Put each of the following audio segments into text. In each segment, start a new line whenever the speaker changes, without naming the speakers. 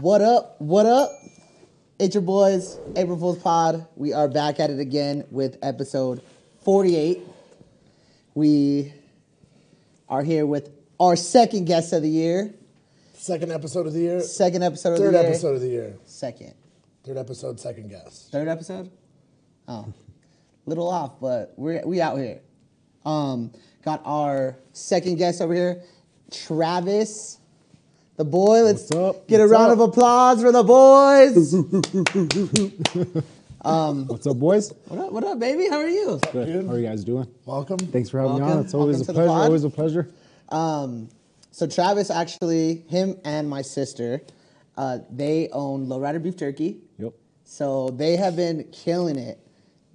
What up? What up? It's your boys, April Fool's Pod. We are back at it again with episode 48. We are here with our second guest of the year,
Second episode of the year.
second episode of
Third
the year.
episode of the year.
Second.
Third episode, second guest.
Third episode? Oh, little off, but we're we out here. Um, got our second guest over here, Travis, the boy. Let's
What's up?
get a
What's
round
up?
of applause for the boys.
What's up, boys?
what up, what up, baby? How are you?
dude.
How are you guys doing?
Welcome.
Thanks for having me on.
Welcome.
It's always
Welcome to the
a pleasure.
pod.
Always a pleasure.
Um, so Travis actually, him and my sister, uh, they own Lowrider Beef Turkey.
Yep.
So they have been killing it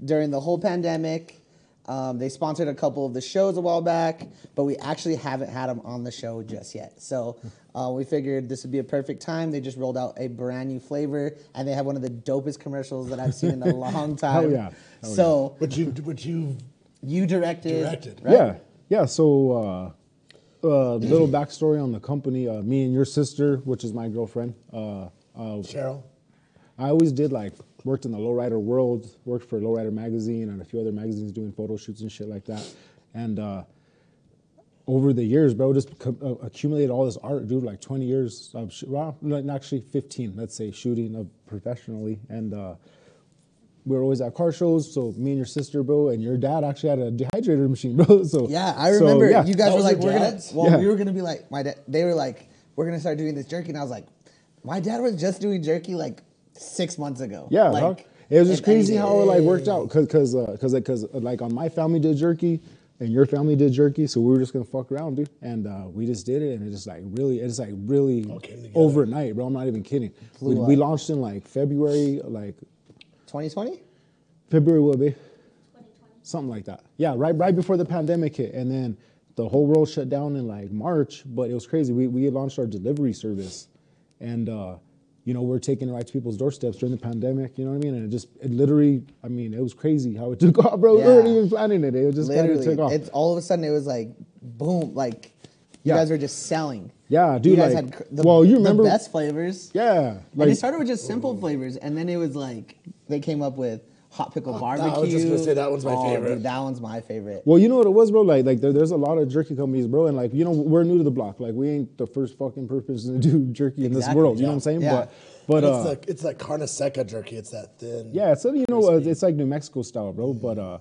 during the whole pandemic. Um, they sponsored a couple of the shows a while back, but we actually haven't had them on the show just yet. So
Hmm.
uh, we figured this would be a perfect time. They just rolled out a brand new flavor, and they have one of the dopest commercials that I've seen in a long time.
yeah. Hell
so
What you what you
you directed,
Directed.
right?
Yeah. Yeah. So, uh, uh, little backstory on the company. Uh, me and your sister, which is my girlfriend. Uh, uh,
Cheryl.
I always did like worked in the lowrider world, worked for Lowrider magazine and a few other magazines doing photo shoots and shit like that. And uh, over the years, bro, just co- uh, accumulated all this art, dude. Like 20 years of sh- well, no, no, actually 15, let's say, shooting of professionally. And uh, we were always at car shows. So me and your sister, bro, and your dad actually had a dehydrator machine, bro. So
Yeah, I
so,
remember
yeah.
you guys
That
were
was
like,
your
we're gonna.
dad's?
Well,
Yeah.
we were gonna be like, my dad. They were like, we're gonna start doing this jerky, and I was like, my dad was just doing jerky like six months ago.
Yeah,
like,
dog. it was just
if
crazy
anything.
how it like worked out because because because like on my family did jerky and your family did jerky, so we were just gonna fuck around, dude, and uh, we just did it, and it just like really, it's like really
came together.
overnight, bro. I'm not even kidding. We,
Blew
we
up.
launched in like February, like
2020.
February will be something like that. Yeah, right right before the pandemic hit, and then the whole world shut down in like March. But it was crazy. We we had launched our delivery service, and uh, you know we're taking it right to people's doorsteps during the pandemic. You know what I mean? And it just it literally, I mean, it was crazy how it took off, bro. We weren't
Yeah.
even planning it. It just kind of took off.
Literally, it's all of a sudden it was like, boom, like you
Yeah.
guys were just selling.
Yeah, dude,
You guys
like-
had cr- the,
well, you
the
remember-
best flavors.
yeah,
and it started with just simple flavors, and then it was like they came up with hot pickle barbecue.
Oh, I was just gonna say that one's my
Oh, dude,
favorite.
that one's my favorite.
Well, you know what it was, bro. Like, like there, there's a lot of jerky companies, bro, and like you know we're new to the block. Like we ain't the first fucking person to do jerky in this
Exactly,
world. You know
yeah.
what I'm saying?
Yeah.
But, but uh,
it's like it's like carne seca jerky. It's that thin.
Yeah, so you know, uh, it's like New Mexico style, bro. But uh,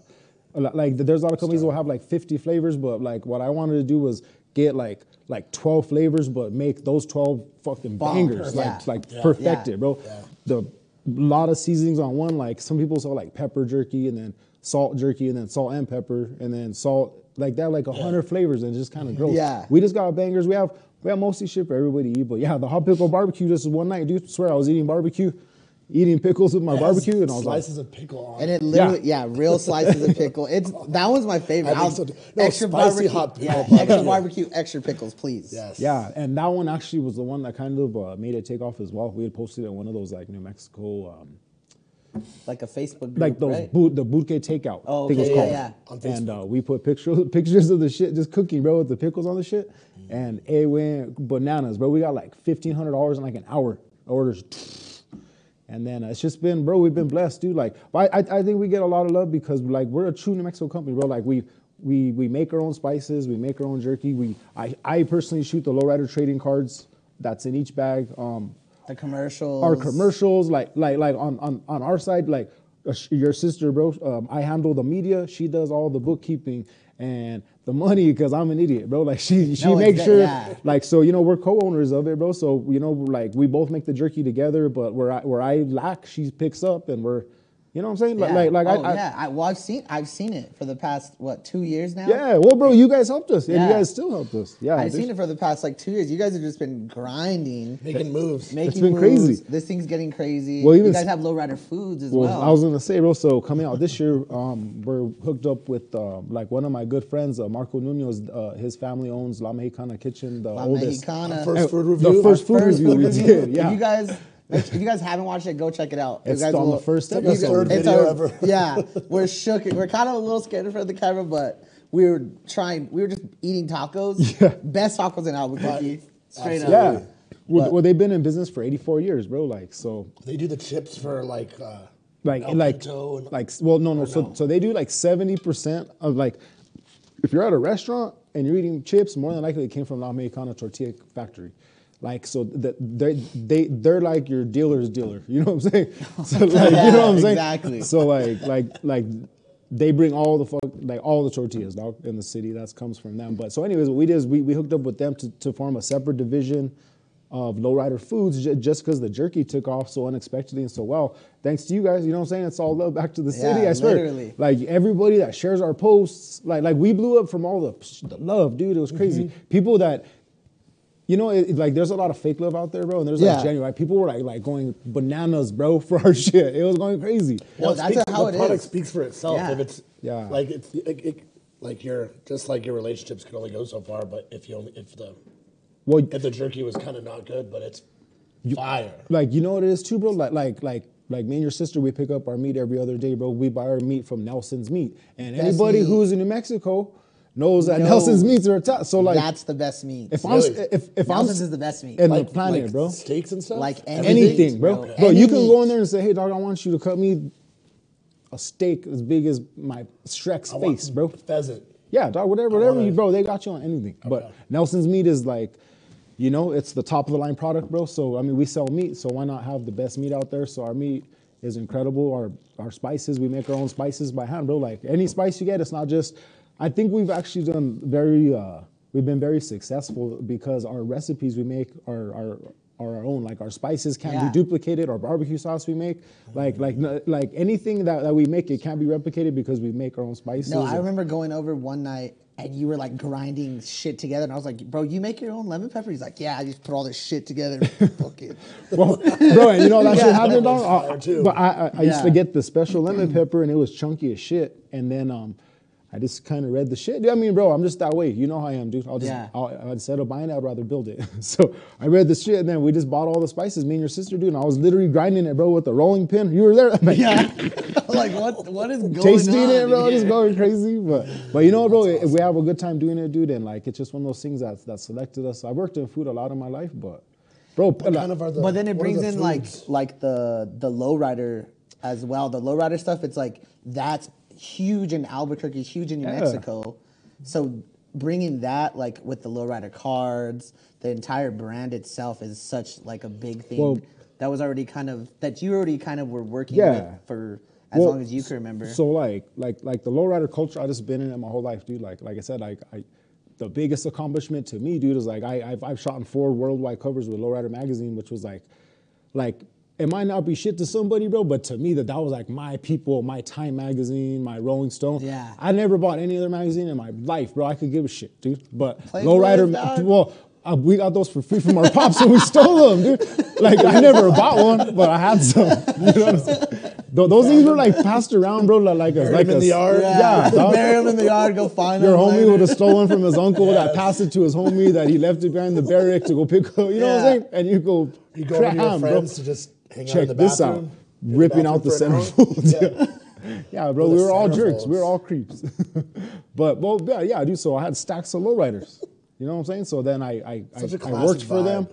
a lot- like, there's a lot of companies that will have like 50 flavors, but like, what I wanted to do was get like like 12 flavors, but make those 12 fucking
Bomb.
bangers,
Yeah.
like like
Yeah.
perfect
Yeah.
it, bro.
Yeah.
The lot of seasonings on one, like some people sell like pepper jerky and then salt jerky and then salt and pepper and then salt like that, like a hundred flavors, and it just kind of gross.
Yeah.
we just got bangers. We have. We have mostly shit for everybody to eat, but yeah, the hot pickle barbecue. Just one night, dude. Swear, I was eating barbecue, eating pickles with my
It has
barbecue, and I was like,
slices of pickle on.
And
it.
it literally, yeah, real slices of pickle. It's that one's my favorite.
I think
I'll-
so too. No, spicy hot pickle
yeah,
barbecue.
extra barbecue, extra pickles, please.
Yes.
Yeah, and that one actually was the one that kind of uh, made it take off as well. We had posted it in one of those like New Mexico, um,
like a Facebook group,
like those
right?
boot, the bootcake takeout.
Oh,
I think
okay,
it was
yeah, yeah.
called.
On Facebook.
And uh, we put pictures pictures of the shit just cooking, bro, with the pickles on the
Mm.
shit, and it went bananas, bro. We got like fifteen hundred dollars in like an hour orders. And then uh, it's just been, bro, we've been blessed, dude. Like, I, I, I think we get a lot of love because, like, we're a true New Mexico company, bro. Like, we, we, we make our own spices, we make our own jerky. We, I, I personally shoot the lowrider trading cards that's in each bag. Um,
the commercials.
our commercials, like, like, like on, on, on our side, like, uh, sh- your sister, bro. Um, I handle the media. She does all the bookkeeping and the money because I'm an idiot, bro. Like she she
No,
makes
exa-
sure,
yeah.
like so you know we're co-owners of it, bro. So you know we're like we both make the jerky together, but where I where I lack, she picks up, and we're you know what I'm saying like
Yeah.
like, like
oh,
I, I
yeah. I, well, I've seen I've seen it for the past what two years now.
yeah. Well, bro, you guys helped us, and you
Yeah.
guys still helped us. Yeah,
I've
there's-
seen it for the past like two years. You guys have just been grinding,
Making moves.
making
been
moves.
crazy.
This thing's getting crazy.
Well, even
you guys
s-
have lowrider foods as
Well,
well.
I was gonna say, bro. So coming out this year, um, we're hooked up with uh, like one of my good friends, uh, Marco Munoz. Uh, his family owns La Mexicana Kitchen, the
La
oldest.
Mexicana.
First
And
food
The
review?
first food
First
review
food
we
review.
did. Yeah.
If you guys, if you guys haven't watched it, go check it out. You
It's
guys
on the first
you
episode.
Third
it's
video
our-
ever.
Yeah, we're shook. We're kind of a little scared in front of the camera, but we were trying. We were just eating tacos.
Yeah.
Best tacos in Albuquerque. Straight up.
yeah. Well,
But-
well, they've been in business for 84 years, bro. Like so,
They do the chips for like. Uh,
like
El
like
Pinto and-
like well no no so so they do like 70% of like if you're at a restaurant and you're eating chips more than likely it came from La Mexicana tortilla factory like so that they they they're like your dealer's dealer you know what I'm saying so like you know what I'm
Yeah,
saying
exactly.
so like like like they bring all the fuck, like all the tortillas dog in the city that comes from them but so anyways what we did is we, we hooked up with them to, to form a separate division of lowrider foods ju- just because the jerky took off so unexpectedly and so well thanks to you guys you know what i'm saying it's all love back to the
Yeah,
city i swear
literally.
like everybody that shares our posts like like we blew up from all the, psh, the love dude it was crazy
Mm-hmm.
people that you know, it, it- like there's a lot of fake love out there, bro, and there's
Yeah.
like genuine. Like, people were like, like going bananas, bro, for our shit. It was going crazy.
Well,
it
that's
speaks-
how
the
it
product
is.
speaks for itself.
Yeah.
If it's
Yeah.
like it's it, it, like your just like your relationships can only go so far. But if you only if the
Well,
if the jerky was kind of not good, but it's fire.
like you know what it is too, bro. Like like like like me and your sister, we pick up our meat every other day, bro. We buy our meat from Nelson's Meat, and
Best
anybody
meat.
who's in New Mexico knows that
Knows.
Nelson's Meats are top. So like,
That's the best meat.
if I'm
Really?
if if
Nelson's
I'm
is the best meat.
in
Like
the planet,
like
bro.
Steaks and stuff.
Like
Everything?
meat,
anything, bro.
bro.
Bro,
Any
you can
meat.
go in there and say, "Hey, dog, I want you to cut me a steak as big as my Shrek's
I want
face, bro."
Pheasant.
Yeah, dog, whatever, whatever
wanna-
you, bro. They got you on anything. But
Okay.
Nelson's meat is like, you know, it's the top of the line product, bro. So I mean, we sell meat, so why not have the best meat out there? So our meat is incredible. Our our spices, we make our own spices by hand, bro. Like any spice you get, it's not just. I think we've actually done very. Uh, we've been very successful because our recipes we make are are. Are our own, like our spices can't
Yeah.
be duplicated. Our barbecue sauce we make, like like no- like anything that, that we make, it can't be replicated because we make our own spices.
No, I
and-
remember going over one night and you were like grinding shit together, and I was like, "Bro, you make your own lemon pepper?" He's like, "Yeah, I just put all this shit together." Fuck it.
Well, bro, and you know that shit happened,
That was
dog.
fire,
I-
too.
But I, I, I used to
Yeah.
get the special lemon pepper, and it was chunky as shit. And then um, I just kind of read the shit. Dude, I mean, bro, I'm just that way. You know how I am, dude. I'll just
Yeah.
I'll, instead of buying it, I'd rather build it. so I read the shit, and then we just bought all the spices. Me and your sister, dude. And I was literally grinding it, bro, with the rolling pin. You were there, like,
Yeah. like what? What is going
tasting
on?
it, bro.
dude?
Just going crazy, but but you know, bro, it- we have a good time doing it, dude. And like, it's just one of those things that's that selected us. I worked in food a lot in my life, but bro,
What
like-
kind of are the?
But then it
what are
brings
the
in like
foods?
like the the lowrider as well. The lowrider stuff. It's like that's huge in Albuquerque, huge in New
Yeah.
Mexico. So bringing that like with the lowrider cards, the entire brand itself is such like a big thing.
Well-
that was already kind of that you already kind of were working
Yeah.
with for as
Well,
long as you can remember.
So like like like the lowrider culture I just been in it my whole life, dude. Like like I said, like I the biggest accomplishment to me, dude, is like I I've, I've shot in four worldwide covers with Lowrider magazine, which was like like it might not be shit to somebody, bro, but to me that that was like my people, my Time magazine, my Rolling Stone.
Yeah.
I never bought any other magazine in my life, bro. I could give a shit, dude. But
Playboy,
Lowrider,
dog.
well, uh, we got those for free from our pops, and we stole them, dude. Like I never bought one, but I had some. You know what I'm saying? Tho- those things were like passed around, bro. Like, like a, like
them in
a
the
s-
yard.
Yeah, dog.
bury him in the yard. Go find
Your
him
homie
later.
would have stolen from his uncle that passed it to his homie that he left it behind the barrack to go pick up. You know what I'm
Yeah.
saying? And you go,
you go
cram,
over to your
bro.
friends to just hang out
Check
in the
this out.
bathroom. in
Ripping out the
bathroom for an hour.
centerfolds. Yeah, bro,
With
we
the
were all jerks. We
centerfolds.
were all creeps. but well, yeah, yeah, I do. So I had stacks of lowriders. You know what I'm saying? So then I I, I,
Such a
I worked
classic
for them.
vibe.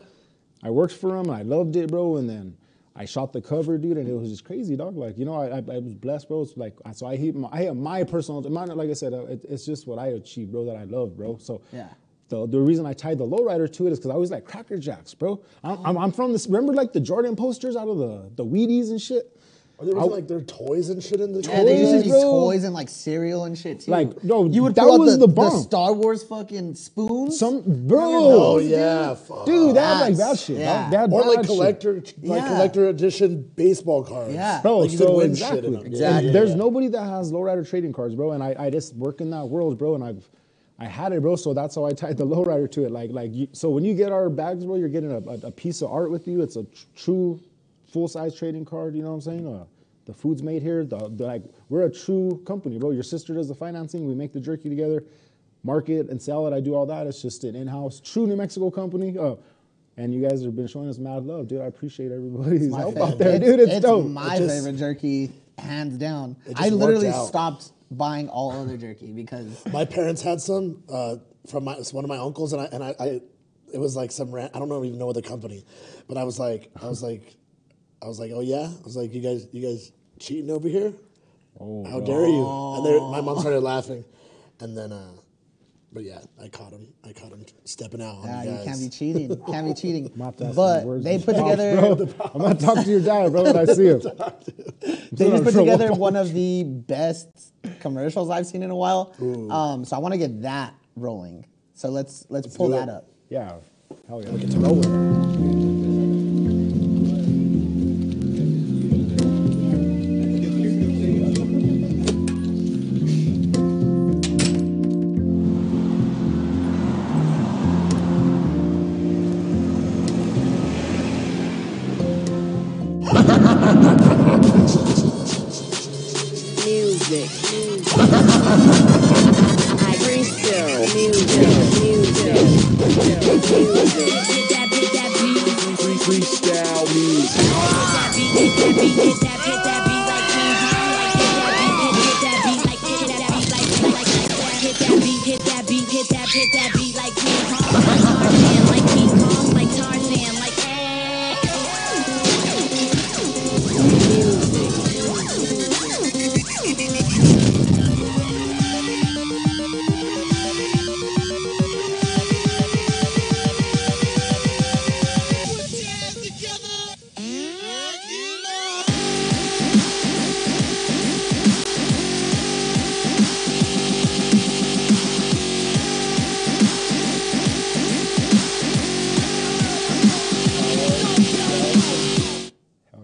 I worked for them. I loved it, bro. And then I shot the cover, dude, and it was just crazy, dog. Like you know, I, I, I was blessed, bro. It's like so I hit my, I hit my personal. Mine, like I said, uh, it, it's just what I achieved, bro. That I love, bro. So
Yeah.
The, the reason I tied the lowrider to it is because I was like Cracker Jacks, bro. I'm, I'm, I'm from this. Remember like the Jordan posters out of the the Wheaties and shit.
Oh, Are there wasn't like their toys and shit in the
Yeah, they used to
Toys,
be
bro.
toys and like cereal and shit too.
Like, no,
you would
that
pull out
was
the,
the bomb.
Star Wars fucking spoons.
Some bro.
Oh yeah, fuck.
Dude, that like that
That's-
shit.
yeah.
That, that
or
bad
like
shit.
collector, like
Yeah.
collector edition baseball cards.
Yeah.
Bro,
like you
so
could win
exactly.
shit in them.
Exactly.
And there's nobody that has lowrider trading cards, bro. And I, I just work in that world, bro. And I've, I had it, bro. So that's how I tied the lowrider to it. Like, like you, so when you get our bags, bro, you're getting a, a, a piece of art with you. It's a tr- true, full size trading card. You know what I'm saying? Uh, the food's made here. The, the like, we're a true company, bro. Your sister does the financing. We make the jerky together, market and sell it. I do all that. It's just an in-house, true New Mexico company. Uh, and you guys have been showing us mad love, dude. I appreciate everybody's help out there, dude. It's, dope.
my
It just-
favorite jerky, hands down.
It just
I literally
worked out.
stopped buying all other jerky because
My parents had some uh, from my, one of my uncles, and I and I, I it was like some rant. I don't know even know the company, but I was like, I was like, I was like, oh yeah, I was like, you guys, you guys cheating over here? How dare you? And they, my mom started laughing, and then, uh, but yeah, I caught him. I caught him stepping out on
uh,
you
you
guys.
can't be cheating. Can't be cheating.
Mop that some
but
words
they
and
put
shit.
together.
Bro, I'm gonna talk to your dad, bro, when I see him.
They just put
Bro, what
together one of the best commercials I've seen in a while. Um, so I want to get that rolling. So let's let's, pull
do
that
it.
up.
Yeah, hell yeah.
It's rolling.
Music. I Crystal. Music. Music. Music.
Hit that, hit that beat.
free freestyle music.
Hit that beat, hit that beat, hit that, hit that beat like Hit that beat, hit that beat, hit that beat like hit that beat like like like that. Hit that beat, hit that beat, hit that, hit that beat like King Kong, like Tarzan, like King Kong, like Tarzan, like. eh.
Hell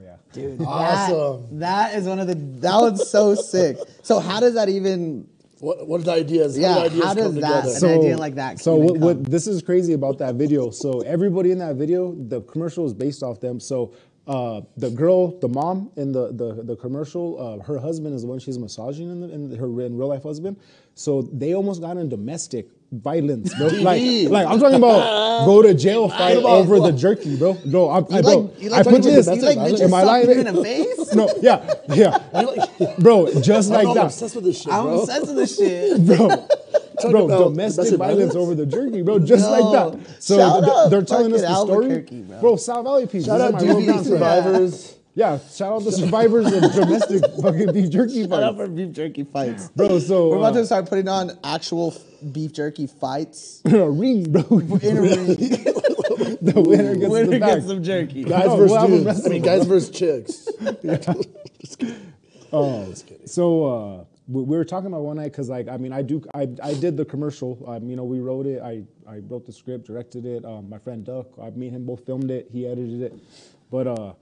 yeah.
Dude,
Awesome.
That, that is one of the that was so sick. So how does that even
What, what are the ideas?
Yeah,
how did ideas
how
come
does that-
together?
An idea like that
So
can
what,
come.
what this is crazy about that video. So everybody in that video, the commercial is based off them. So uh, the girl, the mom in the the, the commercial, uh, her husband is the one she's massaging in, the, in her in real life husband. So they almost got in domestic violence, bro. like, like I'm talking about go to jail fight over the jerky, bro. No, I'm, I, bro,
like- you like
I put
talking
this.
about domestic You like violence? bitches
am I
suck
lying?
you in the face?
no, yeah, yeah, bro, just
I don't
like
know, I'm
that
obsessed with this shit,
I'm
bro.
obsessed with this shit?
bro. bro,
about
domestic
domestic
violence
violence?
over the jerky, bro, just
No.
like that. So
Shout
th-
out
they're telling us
fucking
the story,
Albuquerque, bro.
bro. South Valley peeps.
Shout
this is
out
my
to
hometown
the survivors.
Yeah, shout out the survivors of domestic fucking beef jerky
Shut up
fights,
for beef jerky fights.
bro. So
We're about
uh,
to start putting on actual f- beef jerky fights.
in a ring, bro.
In a ring.
the winner gets
Winner
the bag.
gets some jerky.
Guys
No,
versus
we'll have a
dudes. I
wrestling
mean, guys versus chicks. Just kidding.
Oh,
Just kidding.
So uh, we, we were talking about one night because, like, I mean, I do, I, I did the commercial. Um, you know, we wrote it. I, I wrote the script, directed it. Um, my friend Duck, I, me and him both filmed it. He edited it. But uh,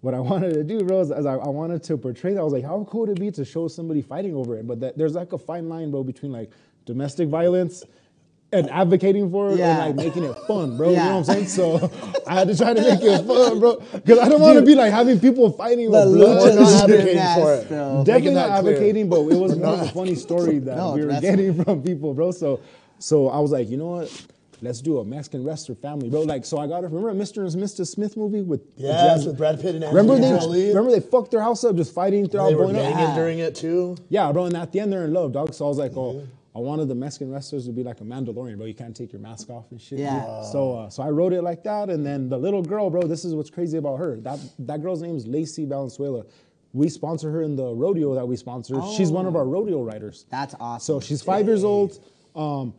what I wanted to do, bro, is, is I, I wanted to portray that. I was like, how cool would it be to show somebody fighting over it? But that, there's like a fine line, bro, between like domestic violence. And advocating for it
Yeah.
and like making it fun, bro. You
Yeah.
know what I'm saying? So I had to try to make it fun, bro. Because I don't want to be like having people fighting
The
with blood.
lucha
We're not
libre
advocating
mask,
for it.
bro.
Definitely
Making
not
that clear.
advocating, but it was more of a funny story that
No,
we were
that's-
getting from people, bro. So, so I was like, you know what? Let's do a Mexican wrestler family, bro. Like, so I got it. Remember Mr. and Mr. Smith movie with with
Yes,
Jazz-
with Brad Pitt and
Remember
Angelina
they
Jolie.
remember they fucked their house up just fighting throughout
They were
blowing up.
banging
Yeah.
during it too.
Yeah, bro. And at the end, they're in love, dog. So I was like, oh, I wanted the Mexican wrestlers to be like a Mandalorian, bro. You can't take your mask off and shit. dude.
Yeah.
So, uh, so I wrote it like that, and then the little girl, bro. This is what's crazy about her. That that girl's name is Lacey Valenzuela. We sponsor her in the rodeo that we sponsor. She's one of our rodeo riders.
That's
So
awesome.
she's five years old. Um,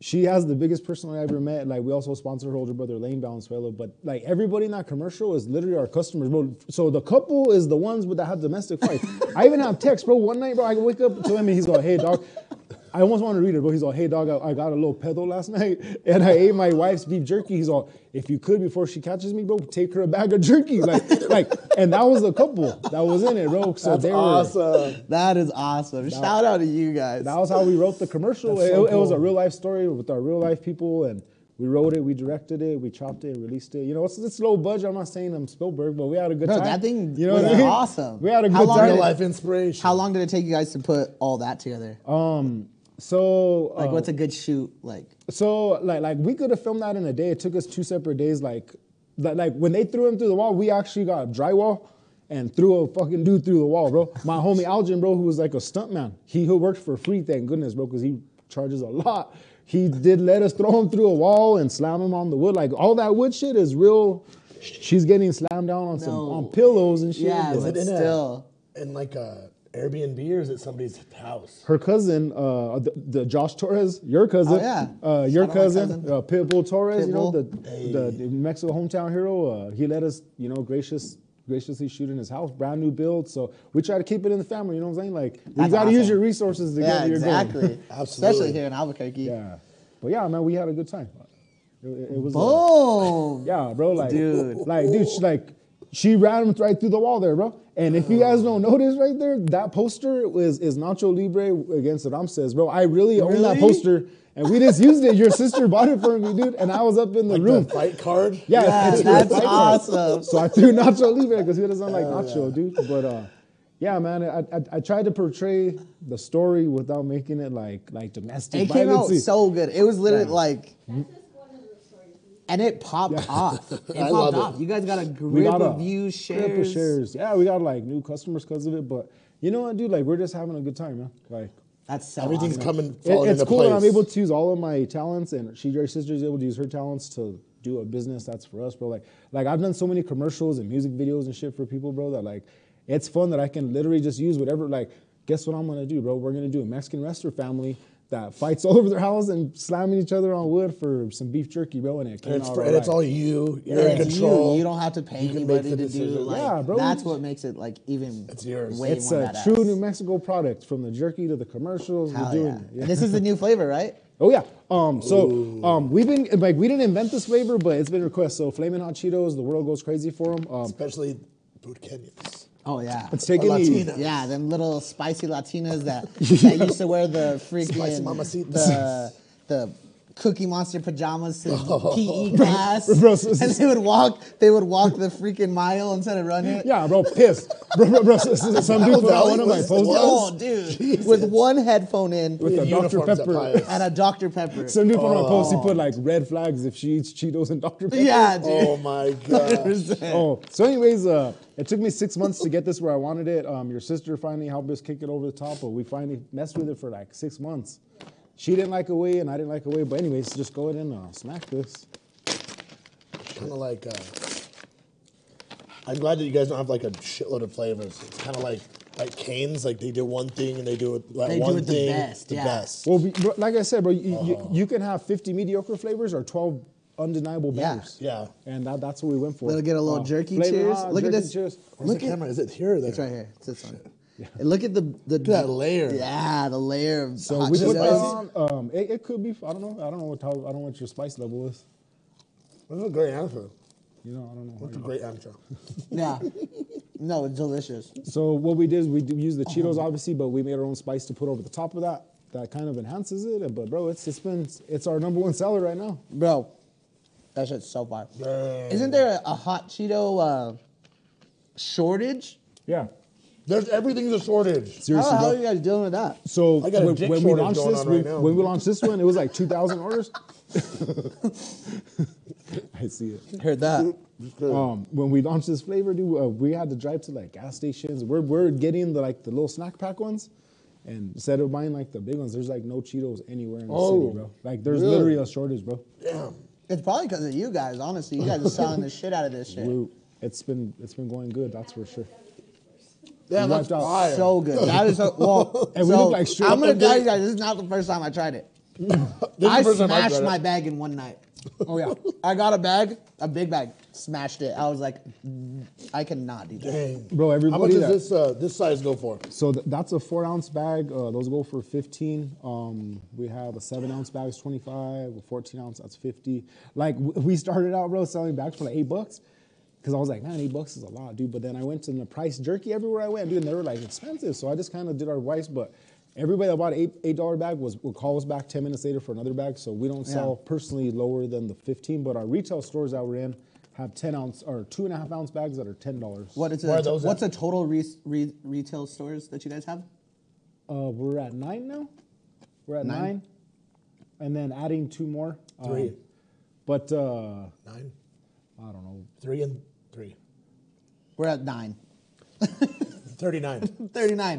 she has the biggest person I ever met. Like we also sponsor her older brother Lane Valenzuela, but like everybody in that commercial is literally our customers, bro. So the couple is the ones with that have domestic fights. I even have texts, bro. One night, bro, I wake up to him and he's like, "Hey, dog." I almost want to read it, but he's all, "Hey, dog, I, I got a little pedo last night, and I ate my wife's beef jerky." He's all, "If you could, before she catches me, bro, take her a bag of jerky." Like, like, and that was the couple that was in it, bro. So
That's
they were,
awesome.
That is awesome. Shout out to you guys.
that was how we wrote the commercial.
That's
it,
so
it was a
cool.
real life story with our real life people, and we wrote it, we directed it, we chopped it, released it. You know, it's, it's low budget. I'm not saying I'm Spielberg, but we had a good
Bro,
time.
that thing
you know
was
what I mean?
awesome.
We had a
How
good
long
time.
did
Real
it-
life inspiration.
How long did it take you guys to put all that together?
So,
like,
uh,
what's a good shoot? Like,
So like like we could have filmed that in a day. It took us two separate days. Like like, like when they threw him through the wall, we actually got a drywall and threw a fucking dude through the wall, bro. My homie Algin, bro, who was like a stuntman. He who worked for free, thank goodness, bro, because he charges a lot. He did let us throw him through a wall and slam him on the wood. Like all that wood shit is real. She's getting slammed down on some
No.
on pillows and shit.
yeah,
Is
but
it in
still.
a in like a Airbnb or is it somebody's house?
her cousin, uh, the, the Josh Torres, your cousin,
Oh, yeah.
uh,
Shout
your
out my
cousin,
cousin.
Uh, Pitbull Torres, you know,
Pitbull.
the, the, the Mexico hometown hero. Uh, he let us, you know, gracious, graciously shoot in his house, brand new build. So we try to keep it in the family. You know what I'm saying? Like you
That's
got to use
awesome.
your resources to
Yeah,
get where you're
exactly.
going.
Especially
Absolutely.
here in Albuquerque.
yeah, but yeah, man, we had a good time. It, it- it was. uh,
Boom.
yeah, bro. Like,
Dude.
like, dude, she, like, she ran him right through the wall there, bro. And if you guys don't notice right there, that poster is is Nacho Libre against Ramses, bro. I really, own that
Really?
poster, and we just used it. Your sister bought it for me, dude, and I was up in the
Like
room.
the fight card?
yeah,
Yeah,
it's- it's
that's
like-
awesome.
So I threw Nacho Libre because he doesn't like Nacho, dude. But uh, yeah, man, I, I I tried to portray the story without making it like like domestic.
It came out
violency.
so good. It was literally
Yeah.
like, and it popped off. It
I
popped
love it.
off. You guys got a
we
grip
got
of
a
views,
grip of
shares.
shares. Yeah, we got like new customers because of it. But you know what, dude? Like we're just having a good time, man. Like
That's so
Everything's
awesome.
coming
it-
falling
it's
into
cool
place.
that I'm able to use all of my talents, and she, your sister's able to use her talents to do a business that's for us, bro. Like, like I've done so many commercials and music videos and shit for people, bro. That like, it's fun that I can literally just use whatever. Like, guess what I'm gonna do, bro? We're gonna do a Mexican wrestler family. That fights all over their house and slamming each other on wood for some beef jerky, bro. And it came
and it's,
out
for,
all
and it's
right.
all you. You're in
It's
control.
You. you don't have to pay
You can make
anybody to
the
do.
decision.
Like,
Yeah, bro.
That's what makes it like even.
It's yours.
Way
It's
more
a
badass.
true New Mexico product from the jerky to the commercials.
Hell
we're doing
yeah.
it.
And this is the new flavor, right?
Oh yeah. Um, so um, we've been like we didn't invent this flavor, but it's been requested. So flaming hot Cheetos, the world goes crazy for them. Um,
Especially boot Kenyans.
Oh yeah.
it's taking the
Latina.
Yeah, them little spicy Latinas that, that used to wear the
Spicy
freaking
mamacitas.
the the Cookie Monster pajamas to
Oh.
PE class,
Bro, so-
and they would walk. They would walk the freaking mile instead of running.
yeah, bro, pissed, bro, bro, bro. so- so- Some dude put out one of my
What?
posts
Oh, dude, with one headphone in
with a Dr
Uniforms at
Pepper.
Pius.
and a Dr Pepper.
Some dude put on a post. He put like red flags if she eats Cheetos and Dr Pepper.
Oh. yeah, dude.
Oh my god.
Oh, so anyways, uh, it took me six months to get this where I wanted it. Um, your sister finally helped us kick it over the top, but we finally messed with it for like six months. She didn't like a way, and I didn't like a way. But anyways, just go ahead and uh, smack this.
kind of like. Uh, I'm glad that you guys don't have like a shitload of flavors. It's kind of like like canes. Like they do one thing and they do it that
They do
one
it the
thing
best,
the
yeah.
best.
Well, we, bro, like I said, bro, you, you, you can have 50 mediocre flavors or 12 undeniable
Yeah.
bangers.
Yeah.
And that, that's what we went for. Uh,
They'll get a little jerky
flavor
cheers.
hot,
Look at
jerky
this.
Where's
Look
the
at-
camera? Is it here? Or there?
It's right here. It's this one. And look at the the
that layer.
Yeah, the layer of
So
hot
we put that
Cheetos.
on. Um, it, it could be. I don't know. I don't know what how, I don't know what your spice level is.
That's a great answer.
You know, I don't know. how
That's a
you-
great answer.
Yeah. No, it's delicious.
So what we did is we used the
Uh-huh.
Cheetos, obviously, but we made our own spice to put over the top of that. That kind of enhances it. But bro, it's it's been it's our number one seller right now.
Bro, that shit's so fire.
Dang.
Isn't there a, a hot Cheeto uh, shortage?
Yeah.
There's everything's a shortage.
Seriously,
How, how
bro.
are you guys dealing with that?
So
I got a
when,
dick
when we
shortage
launched
going
this,
on
when,
right now.
when we launched this one, it was like 2,000 orders. I see it.
Heard that.
Um, when we launched this flavor, dude, uh, we had to drive to like gas stations. We're, we're getting the like the little snack pack ones, and instead of buying like the big ones, there's like no Cheetos anywhere in the
Oh,
city, bro. Like there's
really?
literally a shortage, bro.
Damn.
It's probably because of you guys, honestly. You guys are selling the shit out of this shit.
We- it's been it's been going good, that's for sure.
Yeah,
We
that's
wiped out
fire.
So good. That is so, well.
And we
so,
look like straight
I'm gonna
up
tell you
Indian-
guys, this is not the first time I tried it.
This is
I
the first time I've
smashed
read it.
my bag in one night.
Oh yeah.
I got a bag, a big bag, smashed it. I was like, "Mm, I cannot do that.
Dang.
Bro,
How much
everybody
does
that-
this uh, this size go for?
So th- that's a four ounce bag. Uh, those go for 15. Um, we have a seven ounce bag, is 25. A 14 ounce, that's 50. Like w- we started out, bro, selling bags for like eight bucks. Cause I was like, man, eight bucks is a lot, dude. But then I went to the price jerky everywhere I went, dude, and they were like expensive. So I just kind of did our vice. But everybody that bought eight eight dollar bag was would call us back ten minutes later for another bag. So we don't sell personally lower than the fifteen. But our retail stores that we're in have ten ounce or two and a half ounce bags that are ten dollars.
What is
Where are
a,
those
what's
at?
a total re- re- retail stores that you guys have?
Uh, we're at nine now. We're at nine,
Nine?
and then adding two more. um,
Three.
but uh,
Nine,
I don't know.
three, and three.
We're at nine.
39.
39.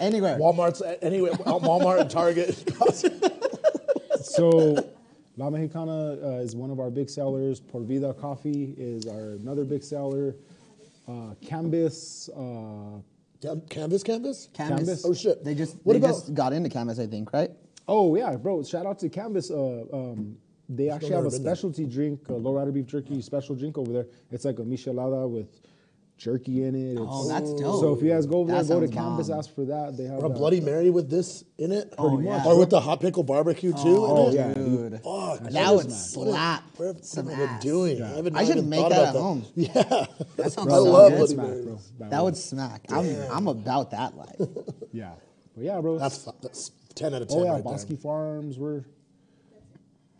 Anywhere.
Walmart's, anyway, Walmart and Target.
So, La Mexicana uh, is one of our big sellers. Por Vida Coffee is our another big seller. Uh, Canvas. Uh,
Cam- canvas, canvas?
Canvas.
Oh, shit.
They just
What
they
about-
just got into Canvas, I think, right?
oh yeah, bro! Shout out to Canvas. Uh, um, they actually have
never
a
been there.
specialty drink, a lowrider beef jerky special drink over there. It's like a michelada with jerky in it.
Oh,
It's-
that's dope.
So if you guys go over
That
there, go to
sounds
Canvas,
bomb.
ask for that. They have
Or a
that.
Bloody Mary with this in it?
Oh, Pretty yeah. much.
Or with the hot pickle barbecue, too?
Oh,
in it?
yeah.
dude.
Fuck,
That would
is-
slap
What have
some
people been
ass.
doing? I, haven't,
I
I
should
haven't
make
thought
that
about
at
that.
home.
Yeah.
That sounds
I
so
love
good.
Bloody
Smack,
Marys.
bro. That,
That
would,
would smack. I'm I'm about that life.
yeah. But yeah, bro.
That's, that's 10 out of 10
oh yeah,
right
Bosky
there.
Farms. We're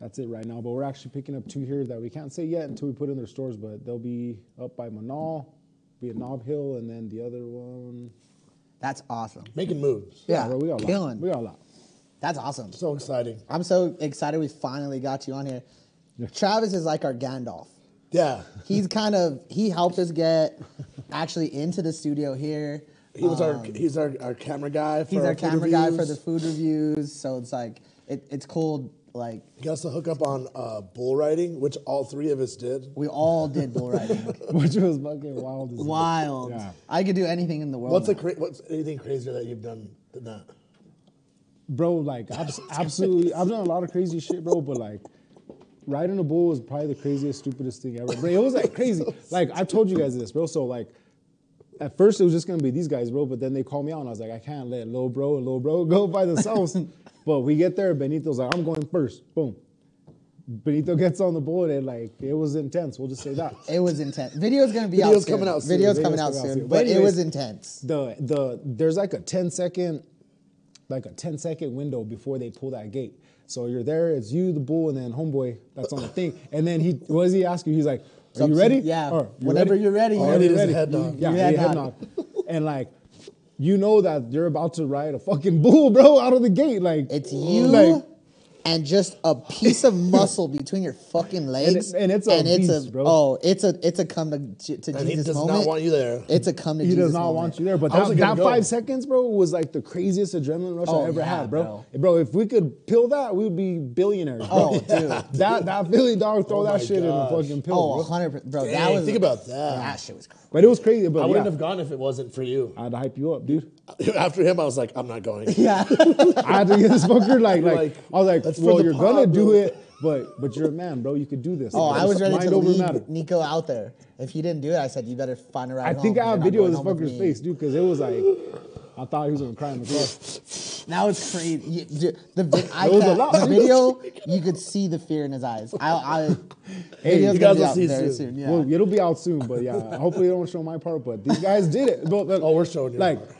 that's it right now. But we're actually picking up two here that we can't say yet until we put in their stores. But they'll be up by Manal, be at Knob Hill, and then the other one.
That's awesome.
Making moves.
Yeah,
bro, we got a
killing.
lot. We got a lot.
That's awesome.
So exciting.
I'm so excited we finally got you on here. Travis is like our Gandalf.
Yeah.
He's kind of he helped us get actually into the studio here. Um,
He was our he's our, our camera guy. For
He's our
food
camera guy for
reviews.
the food reviews, so it's like it, it's cool. Like
He got us to hook up on uh, bull riding, which all three of us did.
we all did bull riding.
Which was fucking wild. As
Wild.
Yeah.
I could do anything in the world.
What's
now.
a cra- what's anything crazier that you've done than that?
bro. Like abs- absolutely, I've done a lot of crazy shit, bro. But like, riding a bull was probably the craziest, stupidest thing ever. Bro, it was like crazy. Like I told you guys this, bro. So like, at first it was just gonna be these guys, bro. But then they called me out, and I was like, I can't let little bro and little bro go by themselves. but we get there, Benito's like, I'm going first. Boom. Benito gets on the bull, and like it was intense. We'll just say that.
It was intense. Video's gonna be out
Video's
soon.
coming out soon.
Video's,
Video's
coming out soon, but it
anyways,
was intense.
The the there's like a 10 second like a 10 second window before they pull that gate. So you're there, it's you, the bull, and then homeboy that's on the thing. And then he what does he ask you? He's like, Are you
Something-
ready?
yeah.
Or, "You
Whenever you're ready."
Whenever
Already
you're
just
ready.
head nod.
Yeah,
You
yeah
head
head
nod.
nod. and like you know that you're about to ride a fucking bull, bro, out of the gate. Like
It's you
like,
and just a piece of muscle between your fucking legs,
and it's a beast, bro.
oh, it's a it's a come to, to
And he
Jesus
does not
moment.
want you there.
It's a come to
he
Jesus.
does not
moment.
want you there. But
I wasn't
that,
gonna
that
go.
five seconds, bro, was like the craziest adrenaline rush
Oh,
I ever
yeah,
had, bro. bro. if we could pill that, we would be billionaires.
Oh,
Bro.
dude.
that that Philly dog throw
Oh my
that shit in a
gosh.
fucking pill.
Oh,
bro.
100 bro. that
Dang,
was
think about that.
That shit was crazy.
But it was crazy. But
I
yeah,
wouldn't have gone if it wasn't for you.
I had to hype you up, dude.
After him, I was like, I'm not going.
Yeah.
I had to get this fucker like, like,
Like,
I was like,
that's for
well,
the
you're
pod,
gonna do
bro.
it, but but you're a man, bro. You could do this.
oh,
Like,
I was ready
mind
to
over
leave
matter.
Nico out there. If he didn't do it, I said you better find a ride
I
home.
think I
You're
have
not
video
going
of this
home with
fucker's
me.
face, dude, because it was like, I thought he was gonna cry in the car.
That was crazy. You- dude, the vi- I
It was a
ca-
lot.
the video, you could see the fear in his eyes. I, I
Hey,
video's gonna
you
guys
be
will
out
see
very
soon.
soon. Yeah.
Well, it'll be out soon, but yeah, hopefully they don't show my part. But these guys did it. But, but,
Oh, we're showing your
like
part.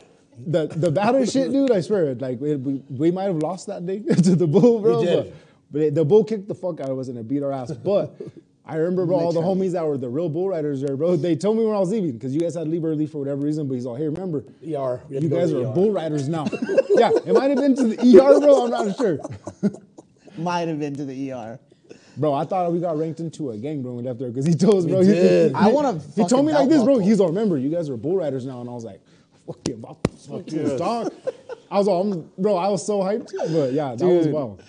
the the battle shit, dude. I swear, like we, we, we might have lost that day to the bull, bro.
We did.
But, but it- the bull kicked the fuck out of us and it beat our ass. But I remember, bro, all the homies that were the real bull riders there, bro. They told me when I was leaving because you guys had to leave early for whatever reason. But he's all, hey, remember,
ER. We had to
you
go
guys
to
are
ER.
bull riders now. yeah, it might have been to the ER, bro. I'm not sure.
Might have been to the ER.
Bro, I thought we got ranked into a gang when we left there because he told us, bro.
did.
I wanna
He
fucking
told me like this, bro.
belt
He's all, remember, you guys are bull riders now, and I was like, fucking about to fuck this
yes.
dog. I was all, I'm, bro. I was so hyped, but yeah, that was
Dude.
wild.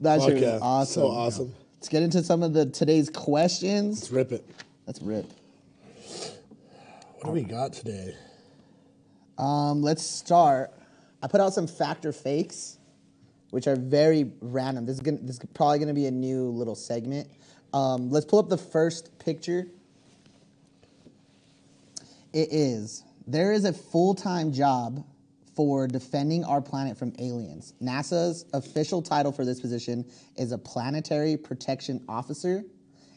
That
Fuck
shit
yeah.
was awesome.
So uh, awesome.
Let's get into some of the today's questions.
Let's rip it.
Let's rip.
What do we got today?
Um, let's start. I put out some factor fakes. which are very random. This is gonna, this is probably gonna be a new little segment. Um, let's pull up the first picture. It is. There is a full time job for defending our planet from aliens. NASA's official title for this position is a planetary protection officer,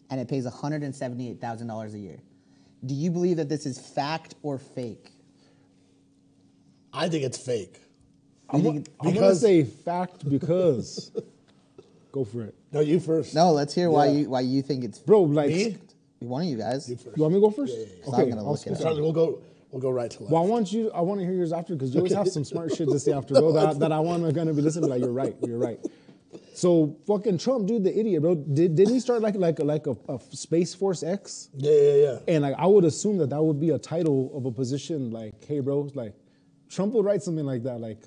and it pays $178,000 a year. Do you believe that this is fact or fake?
I think it's fake.
I'm, gonna- I'm gonna
Because-
say fact because. go for it,
No, you first.
No, let's hear why
Yeah.
you why you think it's
bro. Like,
Me?
one of you guys.
You first.
you want me to go first?
I'm
Okay,
gonna
I'll
look it
switch
up.
up.
Charlie, we'll go. We'll go right to left.
Well, I want you. I want to hear yours after because you always have some smart shit to say after, bro. That, that I want to gonna be listening. Like you're right. You're right. So fucking Trump, dude, the idiot, bro. Did didn't he start like like like a, a space force X?
yeah, yeah, yeah.
And like I would assume that that would be a title of a position. Like, hey, bro, like Trump would write something like that. Like,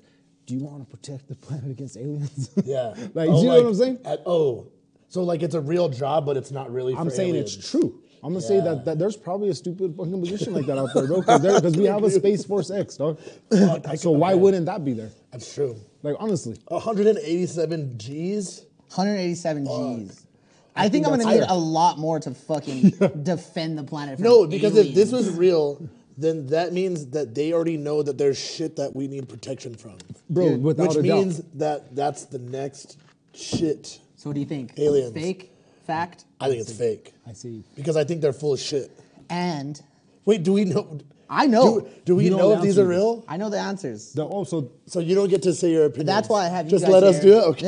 do you want to protect the planet against aliens?
Yeah.
like,
Oh,
do you know what I'm saying?
at- oh, so like it's a real job, but it's not really.
I'm
for
saying
aliens.
it's true. I'm gonna say
Yeah.
that, that there's probably a stupid fucking position like that out there, bro. Because we have a space force X, dog.
Fuck, I
so
could-
why
okay.
wouldn't that be there?
That's true.
Like honestly.
187 G's.
187 G's. I, think, I'm
that's
gonna need
fair.
a lot more to fucking defend the planet. From
No, because if this
aliens.
was real, then that means that they already know that there's shit that we need protection from.
Bro,
Dude,
without
which
a doubt.
means that that's the next shit.
so, what do you think?
Aliens.
Fake, fact,
I think it's fake
I see.
because I think they're full of shit.
and
Wait, do we know?
I know.
Do, do we
You know
know
the
if these
answer.
are real?
I know the answers.
The, oh, so
So you don't get to say your opinion.
That's why I have you
Just
guys
let us
here.
do it. Okay.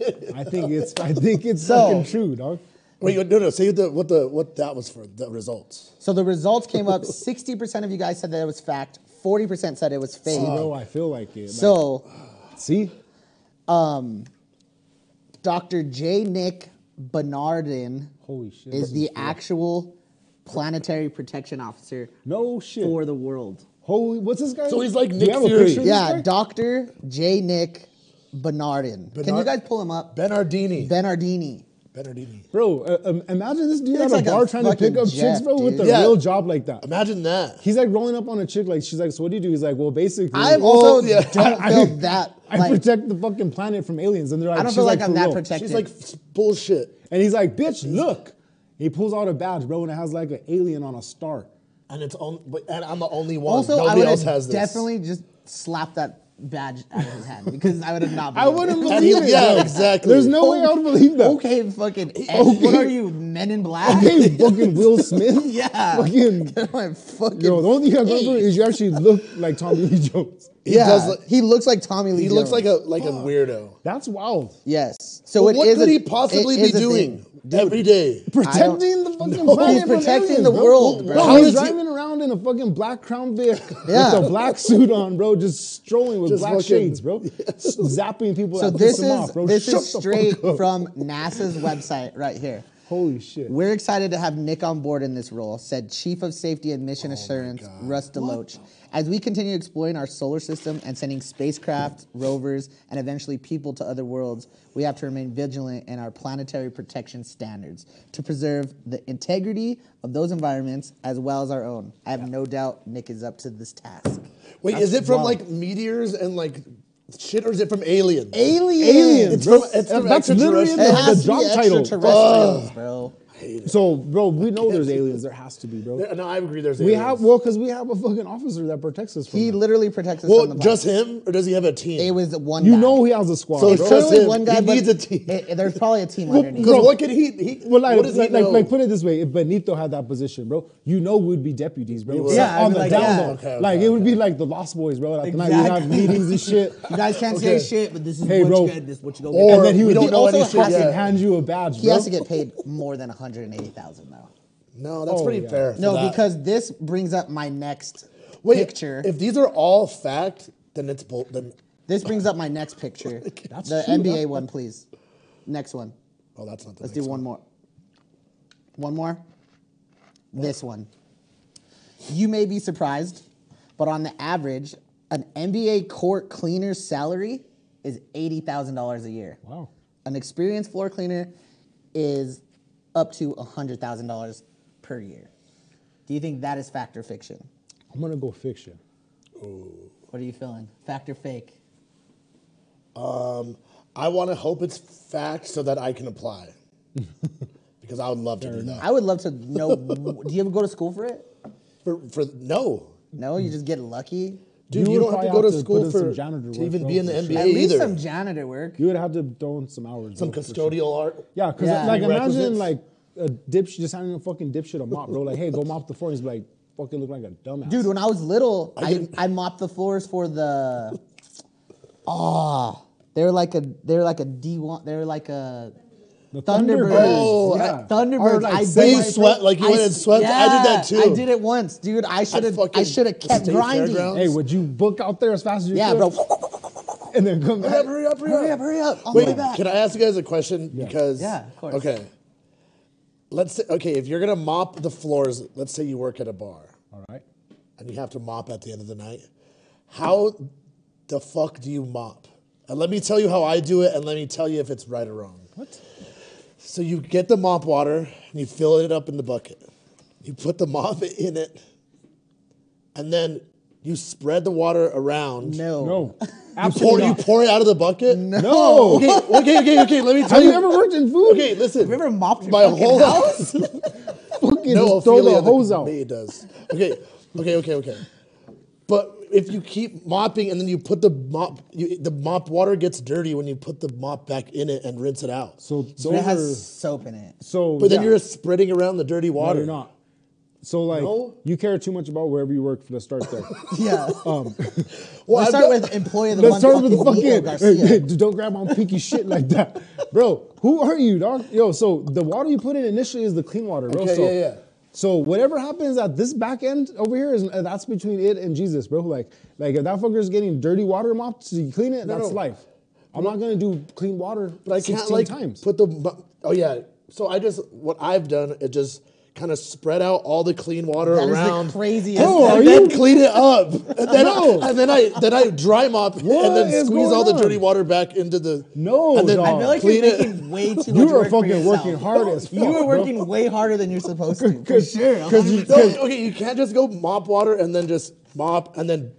Yeah.
I think it's I think it's
So-
fucking true, dog.
Wait, no, no. Say the, what the what that was for the results.
So the results came up. 60% of you guys said that it was fact. 40% said it was fake.
You know, I feel like it. Like,
so
see,
Dr. J. Nick Bernardin
holy shit.
is the actual planetary protection officer
no shit.
for the world.
holy, what's this guy?
So he's like
Do
Nick
you have a
Fury.
picture of this
Yeah,
guy?
Dr. J. Nick Bernardin. Can you
Bernard-
guys pull him up?
Bernardini.
Bernardini.
Bernardini.
bro. uh, um, imagine this dude
He
at a
looks like a
bar trying to pick
fucking
up chicks,
Jeff,
bro, with a
dude.
Yeah.
real job like that.
Imagine that.
He's like rolling up on a chick, like she's like, "So what do you do?" He's like, "Well, basically, oh,
I also
yeah.
don't
I-
feel that.
I
like,
protect the fucking planet from aliens." And they're like,
I don't
she's
feel like,
"For
I'm that
real."
protected.
She's like "F- bullshit.
And he's like, "Bitch, look." He pulls out a badge, bro, and it has like an alien on a star.
And it's only, but, and I'm the only one.
also, I
Nobody
would
else
have
has this.
definitely just slapped that badge out of his hand because I would have not.
I
believed it.
And
wouldn't believe
he-
it.
yeah,
bro.
exactly.
There's no way I would believe that.
Okay, fucking. Ed, What
Okay.
are you, Men in Black?
Okay, fucking Will Smith.
Yeah.
Fucking.
Get my fucking.
Yo, the only thing I remember
face.
is you actually look like Tommy Lee Jones.
He yeah,
does look-
he looks like Tommy Lee.
He looks
Jones.
like a like a weirdo.
That's wild.
yes. So
Well,
it
what
is
could
a-
he possibly
it
be
is a
doing
thing.
every day?
Protecting the fucking
No.
planet
He's protecting
from aliens,
the
bro.
world, bro.
bro.
How
he's
does he-
driving around in a fucking black Crown Vic
Yeah.
with a black suit on, bro, just strolling with
Just
black
fucking-
shades, bro, S- zapping people.
So
that
this is
piss them off, bro.
this
Shut
is
the fuck
straight
up.
from NASA's website right here.
Holy shit.
We're excited to have Nick on board in this role, said Chief of Safety and Mission Assurance Russ DeLoach. As we continue exploring our solar system and sending spacecraft, rovers, and eventually people to other worlds, we have to remain vigilant in our planetary protection standards to preserve the integrity of those environments as well as our own. I have no doubt Nick is up to this task.
Wait, is it from
wild.
like meteors and like shit, or is it from aliens?
Aliens!
Aliens,
It's
bro.
from- it's from
that's literally the,
extraterrestrial.
It has
the
to
job
be
title.
extraterrestrials, bro.
So, bro, we know there's aliens. There has to be, bro.
There- no, I agree. There's
we
aliens.
have well, because we have a fucking officer that protects us from.
He
that.
literally protects us
well,
from the
just
virus.
him, or does he have a team?
It was one
You
guy.
know he has a squad.
So
bro.
it's
There's
just
only
him.
one guy,
He
but
needs a team.
it- it- there's probably a team underneath.
Because what could he? he
Well, like,
what does he
like,
know?
like, put it this way: if Benito had that position, bro, you know we'd be deputies, bro.
would.
Yeah, I'd
on
be
the
like,
down
yeah.
low.
Okay, okay,
like it would
okay.
be like the Lost Boys, bro. Like tonight we have
Exactly.
meetings and shit.
You guys can't
Okay.
say shit, but this is
Hey,
what
bro.
you get. This is what you go
Or-
get.
and then he
we
would
don't
be-
know any
also
shit
fucking
yet.
hand you a badge,
He
bro.
has to get paid more than one hundred eighty thousand though.
no, that's
Oh,
pretty
yeah.
fair. for
No,
that.
because this brings up my next
Wait,
picture.
If these are all fact, then it's bull. Then
this brings up my next picture.
That's
the
true,
NBA
that's-
one, please. Next one.
oh, that's not the.
Let's
next
do one more. One more. This one. You may be surprised, but on the average, an NBA court cleaner's salary is eighty thousand dollars a year.
Wow.
An experienced floor cleaner is up to hundred thousand dollars per year. Do you think that is fact or fiction?
I'm gonna go fiction.
What are you feeling? Fact or fake?
I want to hope it's fact so that I can apply. because I would love to do that.
I would love to know. do you ever go to school for it?
For, for no,
No, you just get lucky.
dude, you,
would
don't have to
probably
go to
put
school
in
for
some janitor
to
work,
even
bro,
be in the
for sure.
NBA
At least
either.
some janitor work.
You would have to throw in some hours.
some
bro, for sure.
custodial art.
Yeah, because
Yeah.
like
Prerequisites.
imagine like a dipshit just having a fucking dipshit a mop, bro. Like, hey, go mop the floor. He's like, fucking look like a dumbass.
Dude, when I was little,
I
I,
didn't-
I, mopped the floors for the. Ah, they were like a they were like a D one. They were like a.
the
Thunderbirds.
Oh, I-
Thunderbirds.
Or, like,
I
They
They
bet-
sweat like you went and
s-
swept. I did that
yeah,
too.
I did it once, dude. I should have. I
fucking
should have kept
state
grinding.
fairgrounds.
Hey, would you book out there as fast as you
Yeah,
could?
bro.
And then come
Hurry
back.
up, hurry up, hurry up.
Hurry up! Hurry up! On the way
Wait,
back.
can I ask you guys a question? Because
Yeah, of course.
Okay. Let's say okay, if you're gonna mop the floors, let's say you work at a bar
All right.
and you have to mop at the end of the night. How the fuck do you mop? And let me tell you how I do it, and let me tell you if it's right or wrong. What? So you get the mop water and you fill it up in the bucket. You put the mop in it, and then you spread the water around.
no.
No.
Pour,
Absolutely.
you
not.
pour it out of the bucket?
No.
Okay, okay, okay, okay. Let me tell
Have
you.
you ever worked in food?
Okay, listen.
Have you ever mopped your
my
fucking
whole
house?
Fucking
no,
just throw
Ophelia
the hose out.
Me does. Okay, okay, okay, okay. But if you keep mopping and then you put the mop, you, the mop water gets dirty when you put the mop back in it and rinse it out.
So
it
those are,
has soap in it.
so
but then
yeah.
you're spreading around the dirty
No,
water.
you're not. So like
No?
you care too much about wherever you work. Let's start there.
Yeah.
Um,
Well,
Let's
I've
start
got-
with employee of the
Let's start
month.
with the
fucking Nico
fucking.
Garcia.
Dude, don't grab on pinky shit like that, bro. Who are you, dog? Yo, so the water you put in initially is the clean water, bro.
Okay,
so,
yeah, yeah.
So whatever happens at this back end over here is that's between it and Jesus, bro. Like, like if that fucker's getting dirty water mopped to clean it,
no.
that's life. I'm not gonna do clean water
But I
16
can't like
times.
put the. mo- Oh yeah. So I just what I've done is just kind of spread out all the clean water
That is the
around.
craziest
And,
Bro,
and
are
then
you-
clean it up. And then,
No.
and then I then I dry mop
What
and then
is
squeeze
going
all the
on?
dirty water back into the.
No,
And then
dog.
I feel like
clean
you're
it.
making way too much
You are
work for
fucking
yourself.
working hard as
You
fuck,
are
bro.
working way harder than you're supposed to, for sure.
Because
No,
you, 'cause-
okay, you can't just go mop water and then just mop and then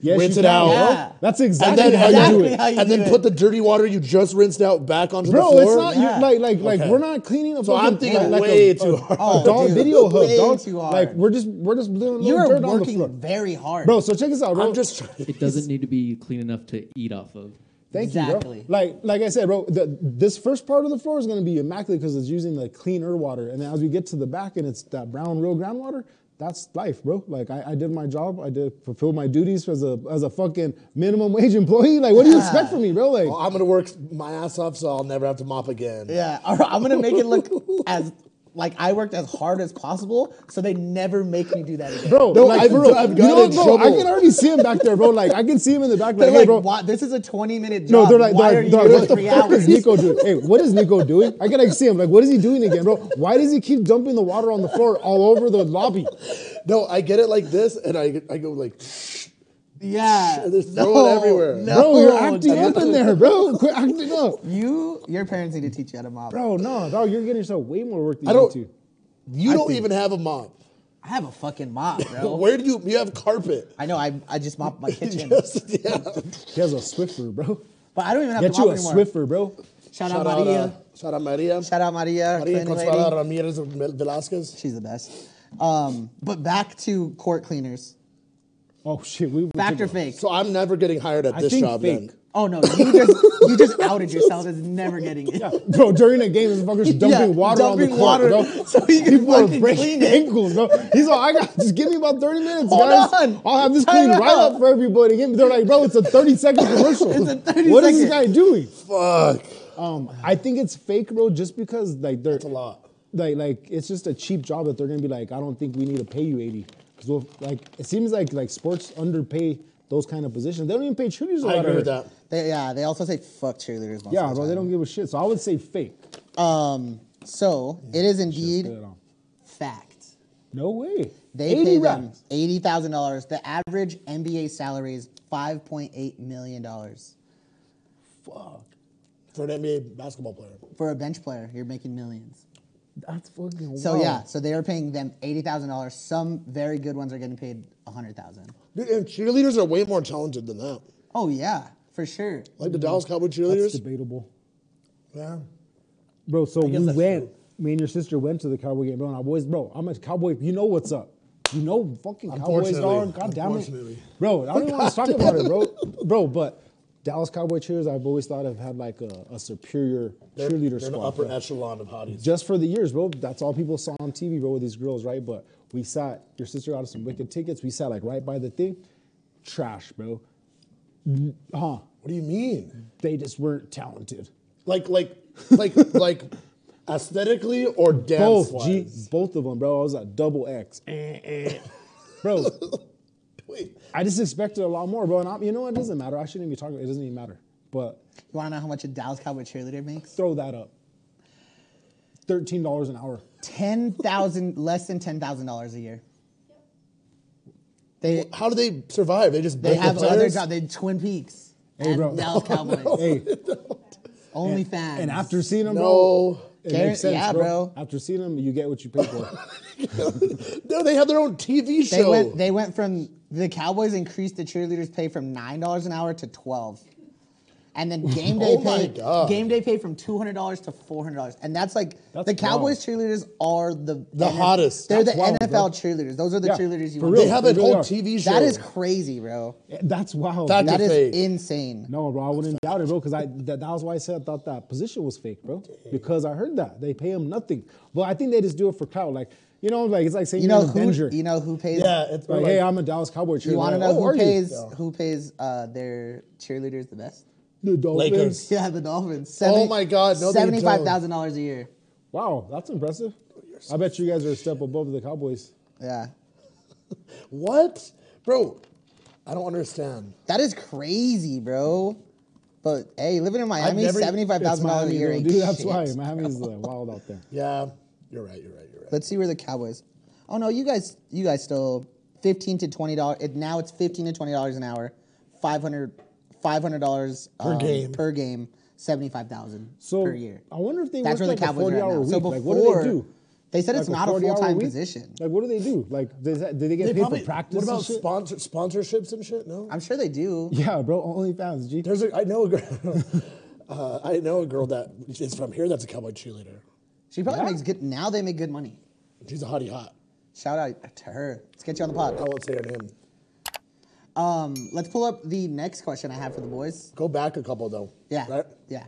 yes,
rinse
you
it
can,
out.
bro.
Yeah.
That's
And
exactly
then,
how
and
you do
Exactly
it.
how you
and
do
then
it.
put the dirty water you just rinsed out back onto
Bro,
the
it's
floor.
not
Yeah.
you like like like
Okay.
we're not cleaning up.
So I'm thinking
like
way
a,
too
a,
hard.
A
Oh,
dog
dude,
video hub,
way
dog.
too hard.
Like we're just we're just doing
You
little
are
dirt on the floor,
working very hard.
bro. So check this out, bro.
I'm just trying.
It doesn't need to be clean enough to eat off of.
Thank
Exactly.
you, bro. Like like I said, bro. The, this first part of the floor is going to be immaculate because it's using the cleaner water, and then as we get to the back and it's that brown real groundwater. That's life, bro. Like I, I did my job. I did fulfill my duties as a as a fucking minimum wage employee. Like what do you expect from me, bro? Like
Well, I'm gonna work my ass off, so I'll never have to mop again.
Yeah, all right, I'm gonna make it look as like I worked as hard as possible, so they never make me do that again.
Bro,
No,
like,
I've-
for real,
I've
you
gotten
know
in
what, bro? I
trouble.
can already see him back there, bro. Like I can see him in the back. Like,
They're
hey,
like,
bro.
"Why- this is a 20 minute job.
no, they're like,
Why
they're,
are you
they're
doing
like, what the
three
fuck
hours?
is Nico doing? Hey, what is Nico doing? I can like see him. Like, what is he doing again, bro? Why does he keep dumping the water on the floor all over the lobby?
No, I get it like this, and I I go like,
yeah,
They throw it everywhere.
No,
Bro, you're acting
dude.
up in there, bro. Quit acting up,
You, your parents need to teach you how to mop.
bro. No, dog, you're getting yourself way more work than
I
you need
don't.
to.
You don't even have a mop.
I have a fucking mop, bro.
Where do you? You have carpet.
I know. I, I just mop my kitchen,
Just- yeah.
He has a Swiffer, bro.
but I don't even have
Get
to mop
you a
anymore.
Swiffer, bro.
Shout,
Shout
out Maria.
Out, uh, shout out Maria.
Shout out Maria. our
Maria
cleaning lady.
Consuela Ramirez Velasquez.
She's the best. Um, but back to court cleaners.
Oh shit, we we
Fact
took
or
a-
fake?
So I'm never getting hired at
I
this
think
job
fake.
then.
Oh no, you just you just outed yourself as never getting it.
Bro, during the game, this fucker's dumping
Yeah,
water on the
dumping
court,
water
bro.
so he can
People are
fucking
breaking
clean it.
ankles, bro. He's like, I got just give me about 30 minutes,
Hold
guys.
on.
I'll have this
Time
clean right
out.
up for everybody. Give me- They're like, bro, it's a 30 second commercial.
It's a 30
What is this guy
second.
doing?
Fuck.
Um, I think it's fake, bro, just because like they're
That's a lot.
like like it's just a cheap job that they're gonna be like, I don't think we need to pay you 80. Because we'll like it seems like like sports underpay those kind of positions. They don't even pay cheerleaders. a
I
lot
agree
of
with
her.
that.
They, yeah, they also say fuck cheerleaders. Most
Yeah,
of the
bro, they
time.
don't give a shit. So I would say fake. um,
Um, so it is indeed
Put it on.
fact.
No way.
They pay them
racks.
eighty thousand dollars. The average NBA salary is five point eight million dollars
Fuck. For an NBA basketball player.
for a bench player. You're making millions.
That's fucking
So
wild.
yeah, so they are paying them eighty thousand dollars. Some very good ones are getting paid a hundred thousand.
Dude, and cheerleaders are way more talented than that.
Oh yeah, for sure.
Like the Dallas Cowboy
That's
cheerleaders.
debatable.
Yeah.
Bro, so
guess
we
that's
went.
true.
Me and your sister went to the Cowboy game, bro. And I was, bro, I'm a Cowboy. You know what's up. You know fucking Cowboys,
Unfortunately.
dog. God damn
Unfortunately.
it. Bro, I don't even want to talk about it, bro. Bro, but Dallas Cowboy cheers, I've always thought have had like a, a superior
They're,
cheerleader
they're in the
squad.
upper
bro.
echelon of hotties.
Just for the years, bro. That's all people saw on TV, bro, with these girls, right? But we sat, your sister got us some wicked tickets. We sat like right by the thing. Trash, bro. N- Huh.
What do you
Mm-hmm.
mean?
They just weren't talented.
Like, like, like, like, aesthetically or dance
both G,
wise?
both of them, bro. I was at double X, Eh, eh. bro.
Wait,
I just expected a lot more, bro. And I'm, you know, it doesn't matter. I shouldn't even be talking. It doesn't even matter. But
You want to know how much a Dallas Cowboy cheerleader makes?
throw that up. Thirteen dollars an hour.
Ten thousand, less than ten thousand dollars a year. They
how do they survive? They just
they
break the
have other
tires?
jobs. They Twin Peaks
Hey,
and
Oh, bro.
Dallas Cowboys,
Oh.
Hey,
only OnlyFans.
and after seeing them, bro,
No.
it
Gary-
makes sense,
yeah,
bro.
bro.
After seeing them, you get what you pay for.
No, they have their own TV
they
show.
went, they went from the Cowboys increased the cheerleaders' pay from nine dollars an hour to twelve, and then game day
Oh my
pay
God.
game day pay from two hundred dollars to four hundred dollars, and that's like
That's
the Cowboys cheerleaders are the
The hottest.
They're
That's
the
wild,
NFL
bro.
cheerleaders. Those are the
Yeah,
cheerleaders you
for
want.
real.
they have
They
a
really
whole
are.
TV show.
That is crazy, bro.
That's wow.
That's
That
a
is
fake.
insane.
No, bro, I wouldn't doubt it, bro, because I that, that was why I said I thought that position was fake, bro. Because I heard that they pay him nothing. But I think they just do it for clout, like you know, like it's like saying
You
you're
know
an
who?
Avenger.
You know who pays?
Yeah, it's
like, hey, I'm a Dallas Cowboy cheerleader.
you want to know
Oh, are
who
you?
pays? Who pays uh, their cheerleaders the best?
The Dolphins.
Lakers.
Yeah, the Dolphins.
Oh my God, no, they don't.
seventy-five thousand dollars a year.
Wow, that's impressive. I bet you guys are a step above the Cowboys.
Yeah,
what, bro? I don't understand.
that is crazy, bro. But hey, living in Miami,
never-
seventy-five thousand dollars a
Miami,
year
though,
ain't
dude. That's
shit.
why Miami's uh, wild out there.
Yeah, you're right. You're right. You're right.
Let's see where the Cowboys. Oh no, you guys, you guys still fifteen to twenty dollars. It, now it's fifteen to twenty dollars an hour, 500 dollars um,
Per game.
Per game, seventy-five thousand
So
per year.
I wonder if they
That's where
work like
the
a
Cowboys are
40
at
hour
now.
week.
So
like, what do
before,
they do?
they said it's
Like,
not a
40-hour
full-time
week?
position.
Like, what do they do? Like, does that, do they get
They
paid
probably-
for practice?
What about
and shit?
sponsor, sponsorships and shit? No.
I'm sure they do.
Yeah, bro, OnlyFans. G.
There's a. I know a girl. uh, I know a girl that is from here. That's a cowboy cheerleader.
She probably
Yeah.
makes good. Now they make good money.
She's a hottie hot.
Shout out to her. Let's get you on the
I
pod.
won't say her name.
Um, let's pull up the next question I have for the boys.
Go back a couple though.
Yeah,
Right.
yeah.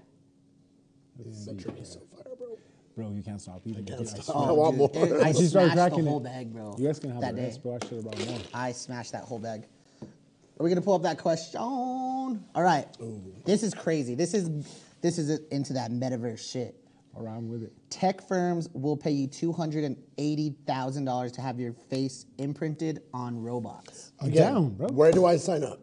Century so far, bro.
Bro, you can't stop eating. dude. I
Can't stop.
Oh,
I want
dude,
more.
I
She started
smashed the
cracking
whole
it.
bag, bro.
You guys can have
that
that
day.
rest, bro. I should have brought more.
I smashed that whole bag. Are we gonna pull up that question? All right. This is crazy. This is this is into that metaverse shit.
All right, I'm with it.
Tech firms will pay you two hundred and eighty thousand dollars to have your face imprinted on robots.
I'm down, bro.
Where do I sign up?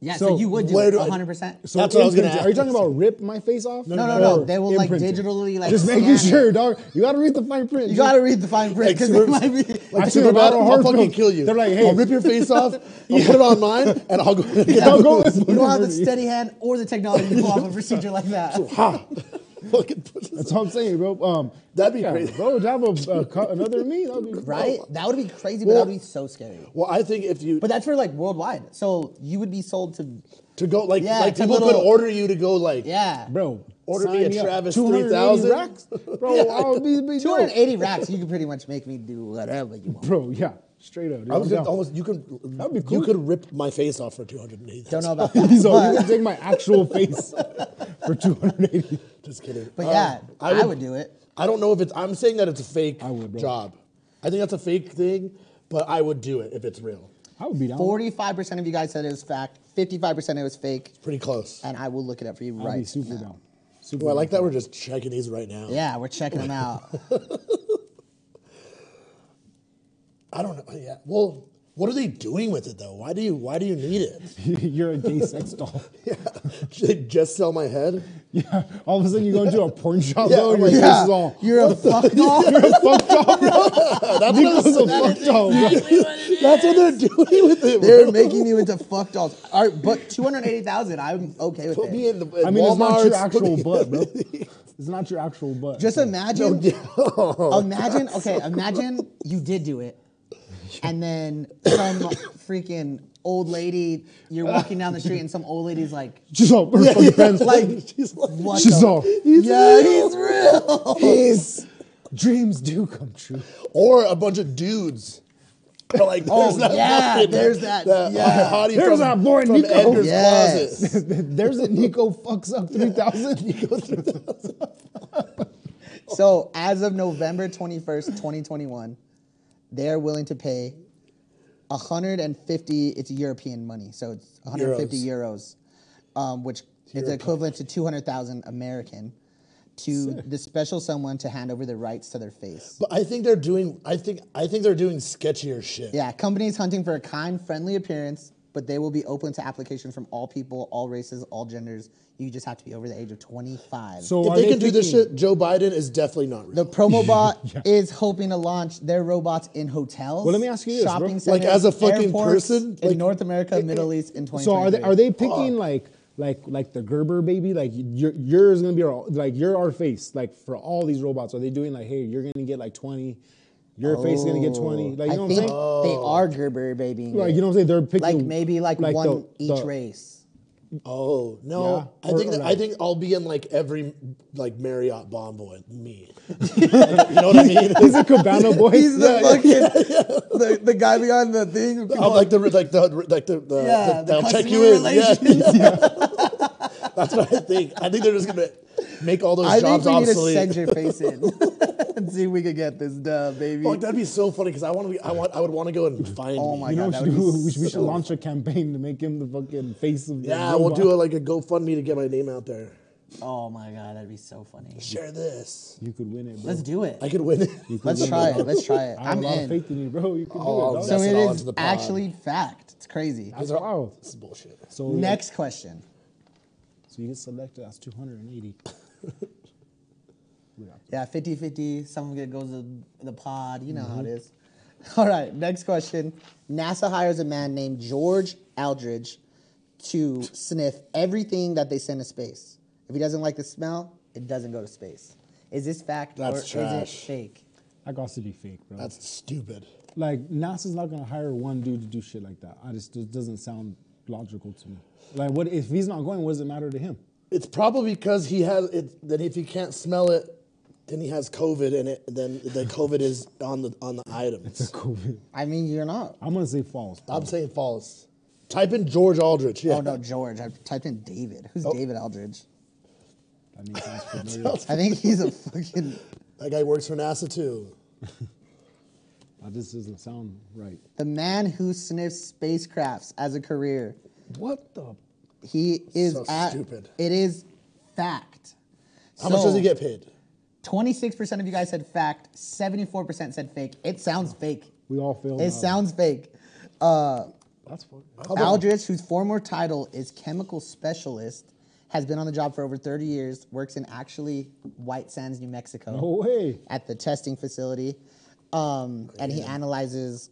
Yeah, so,
So
you would do
where
it
do I-
one hundred percent.
So
That's what I was gonna
imprint- Are you
ask.
talking about rip my face off?
No, no, no.
Or
They will like
imprint it?
digitally like.
Just making
scan it.
sure, dog. You gotta read the fine print.
You
G.
gotta read the fine print because it
Like,
might be.
Like
I
Superman,
took a lot of
I'll
hard
fucking
drugs.
kill you.
They're like, hey.
I'll rip your face off. I'll put it online, and I'll go.
I'll go with
you don't have the
whatever.
steady hand or the technology to pull off a procedure like that.
Ha! Fucking put this-
That's what I'm saying, bro. Um,
That'd be
yeah,
crazy.
bro. To have a, a co- another me, that'd be
Right? That would be crazy, but
Well-
that would be so scary.
Well, I think if you
But that's for like worldwide. So you would be sold to,
to go like
Yeah,
like
it's a
people could
little-
order you to go like
yeah.
bro.
Order
sign
me a
up.
Travis
280
3000.
racks? bro. I'll be, be
280 racks, you could pretty much make me do whatever you want.
bro. Yeah, straight up. Dude,
I
I'm
was
down.
gonna, almost you could
That'd be
you
cool.
could rip my face off for two hundred and eighty.
Don't know about
He's
that.
all, you
but
can take my actual face for 280.
Just kidding.
but
Uh,
yeah, I would, do it.
I don't know if it's. I'm saying that it's a fake
I would, bro.
job. I think that's a fake thing, but I would do it if it's real.
I would be down.
45% of you guys said it was fact, 55% it was fake,
Pretty close.
and I will look it up for you
I'd
right
be super
now.
down. Super.
Well, I like
down.
that we're just checking these right now.
Yeah, we're checking them out.
I don't know. Yeah. Well, what are they doing with it though? Why do you Why do you need it?
You're a gay sex doll.
Yeah. Should they just sell my head?
Yeah. All of a sudden, you go into a porn shop
Yeah,
though, and
I'm like,
your face
yeah,
is all.
you're a fuck doll.
You're a fuck doll, bro.
That's
Nico's a
what,
fuck doll, bro.
that's what they're doing with it. bro.
They're making you into fuck dolls. All right, but 280,000, I'm okay with
Put
it.
me in the. uh,
I mean, it's not your
Walmarts, put me-
actual butt, bro. It's not your actual butt.
Just imagine.
No,
imagine. Okay, imagine you did do it, and then some freaking old lady. You're walking down the street and some old lady's like,
She's all her fucking friends.
like,
She's like,
what
She's
the-
all
yeah, he's real.
his dreams do come true.
or a bunch of dudes. Are like,
Oh,
there's that
yeah,
fucking-
there's that-
that
yeah.
hottie
There's
from,
that boy,
from
Nico.
Edgar's
Yes.
closet.
There's a Nico fucks up three thousand. Nico three thousand.
So as of November 21st, 2021, they're willing to pay 150, it's European money, so it's 150 euros, um, which is equivalent to 200,000 American, to the special someone to hand over their rights to their face.
But I think they're doing. I think. I think they're doing sketchier shit.
Yeah, companies hunting for a kind, friendly appearance, but they will be open to application from all people, all races, all genders. You just have to be over the age of 25.
So
If
are
they, can do this
thinking-
shit, Joe Biden is definitely not real.
the Promobot is hoping to launch their robots in hotels.
Well, let me ask you this, bro.
shopping
Like,
centers,
as a fucking
airports
person?
in
Like-
North America, Middle East, in 2023.
So are they are they picking like like like the Gerber baby? Like your yours gonna be our, like you're our face. Like for all these robots, are they doing like hey you're gonna get like twenty, your face is gonna get twenty? Like you
Oh, I
know what I'm
think
saying?
they are
Oh.
Gerber babying.
Like
it.
you know what I'm saying? They're picking
like maybe like,
the-
one each
the-
race.
oh no!
Yeah.
I
Or-
think.
or
that,
no.
I think I'll be in like every like Marriott Bonvoy. Me. you know what I mean?
He's a Cabana boy. Yeah.
fucking The, the guy behind the thing.
I'm Oh, like the like the like the, the,
Oh, Yeah,
the-
the
they'll check
customer
you in. Yeah.
relations.
That's what I think. I think they're just gonna make all those
I think
jobs
we need to
obsolete.
send your face in and see if we could get this dub, baby.
Fuck, Oh, that'd be so funny because I want to be. I want. I would want to go and find.
Oh
me.
my
You know
God,
what
that
we should
would be
do? We should, we should
so
launch a campaign to make him the fucking face of the
Yeah,
robot.
we'll do a, like a GoFundMe to get my name out there.
Oh my god, that'd be so funny.
Share this.
You could win it, bro.
Let's do it.
I could win it.
Let's try it. Let's try it.
I
I'm
have a lot of
in.
faith in you, bro. You can
Oh,
do it.
I'll
dog.
So
That's
it
all into
is
the pod.
actually fact. It's crazy.
That's wild.
This is bullshit.
So
Next question.
So you get selected. That's 280.
Yeah, 50 50. Some of it goes to the pod. You know how it
Mm-hmm.
is. All right, next question. NASA hires a man named George Aldridge to sniff everything that they send to space. If he doesn't like the smell, it doesn't go to space. Is this fact
That's
or is it
trash.
fake?
That got to be fake, bro.
That's stupid.
like NASA's not gonna hire one dude to do shit like that. I just it doesn't sound logical to me. Like, what if he's not going? What does it matter to him?
It's probably because he has it. That if he can't smell it, then he has COVID, and it, then the COVID is on the on the items.
COVID.
I mean, you're not.
I'm gonna say false.
I'm saying false. Type in George Aldrich. Yeah. Oh.
Oh, no, George. I typed in David. Who's David Aldridge?
That name sounds familiar.
I think he's a fucking.
That guy works for NASA too.
that just doesn't sound right.
The man who sniffs spacecrafts as a career.
What the?
He is
So
at,
stupid.
It is fact.
How much does he get paid?
Twenty-six percent of you guys said fact. Seventy-four percent said fake. It sounds fake.
We all failed.
It
that one.
sounds fake.
That's fucking.
Aldrich, whose former title is chemical specialist, has been on the job for over thirty years. Works in actually White Sands, New Mexico.
No way.
at the testing facility, um, and he analyzes.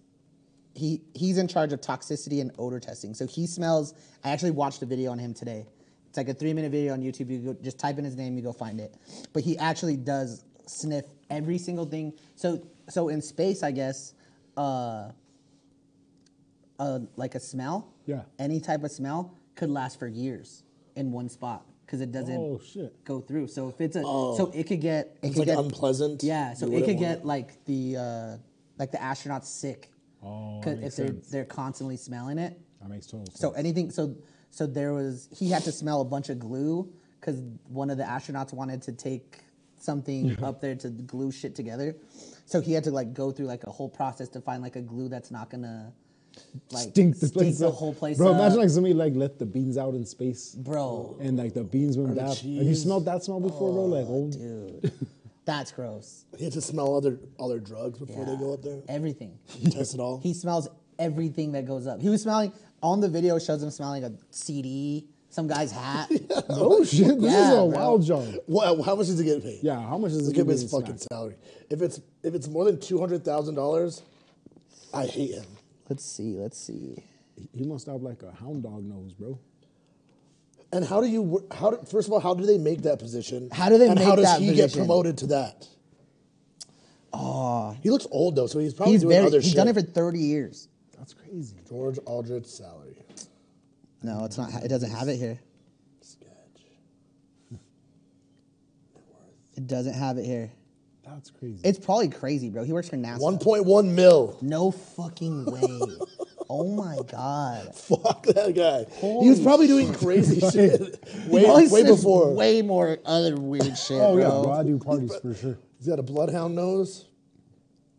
He he's in charge of toxicity and odor testing. So he smells. I actually watched a video on him today. It's like a three minute video on YouTube. You go, just type in his name, you go find it. But he actually does sniff every single thing. So so in space, I guess, uh, uh, like a smell.
Yeah.
Any type of smell could last for years in one spot because it doesn't
Oh, shit.
go through. So if it's a so it could get it
Oh. It's
could
like
get-
unpleasant.
yeah, so
You
it
wouldn't
could
want
get like the uh, like the astronauts sick.
Oh,
co-
that
if
makes
they're
sense.
they're constantly smelling it.
That makes total sense.
So anything. So so there was he had to smell a bunch of glue because one of the astronauts wanted to take something up there to glue shit together. So he had to like go through like a whole process to find like a glue that's not gonna like
stink the place
the
up.
whole place
Bro,
up.
imagine like somebody like let the beans out in space.
Bro.
And like the beans went
the
bad. Have you
cheese.
smelled that smell before, bro? Like old.
Oh, dude, that's gross.
He has to smell other other drugs before they
Yeah.
go up there.
Everything.
Test it all.
He smells everything that goes up. He was smelling on the video. it Shows him smelling a CD, some guy's hat.
Oh shit! This is
Yeah,
a
bro.
wild job.
What, how much does he get paid?
Yeah, how much is
Let's
it?
give him his fucking salary. If it's if it's more than two hundred thousand dollars, I hate him.
Let's see. Let's see.
He must have like a hound dog nose, bro.
And how do you? wor- How do, first of all, how do they make that position?
How do they
and how
make
does
that
he get
position?
promoted to that? Oh, he looks old though, so he's probably
He's
doing
very.
other
He's
shit.
done it for thirty years.
That's crazy.
George Aldrich's salary.
No, it's not. It doesn't have it here.
Sketch.
It doesn't have it here.
That's crazy.
It's probably crazy, bro. He works for NASA.
1.1 mil.
No fucking way. oh my god.
Fuck that guy. he was probably doing crazy shit way,
Probably
way
says
before.
Way more other weird shit,
oh yeah,
bro.
bro, I do parties for sure.
He's got a bloodhound nose.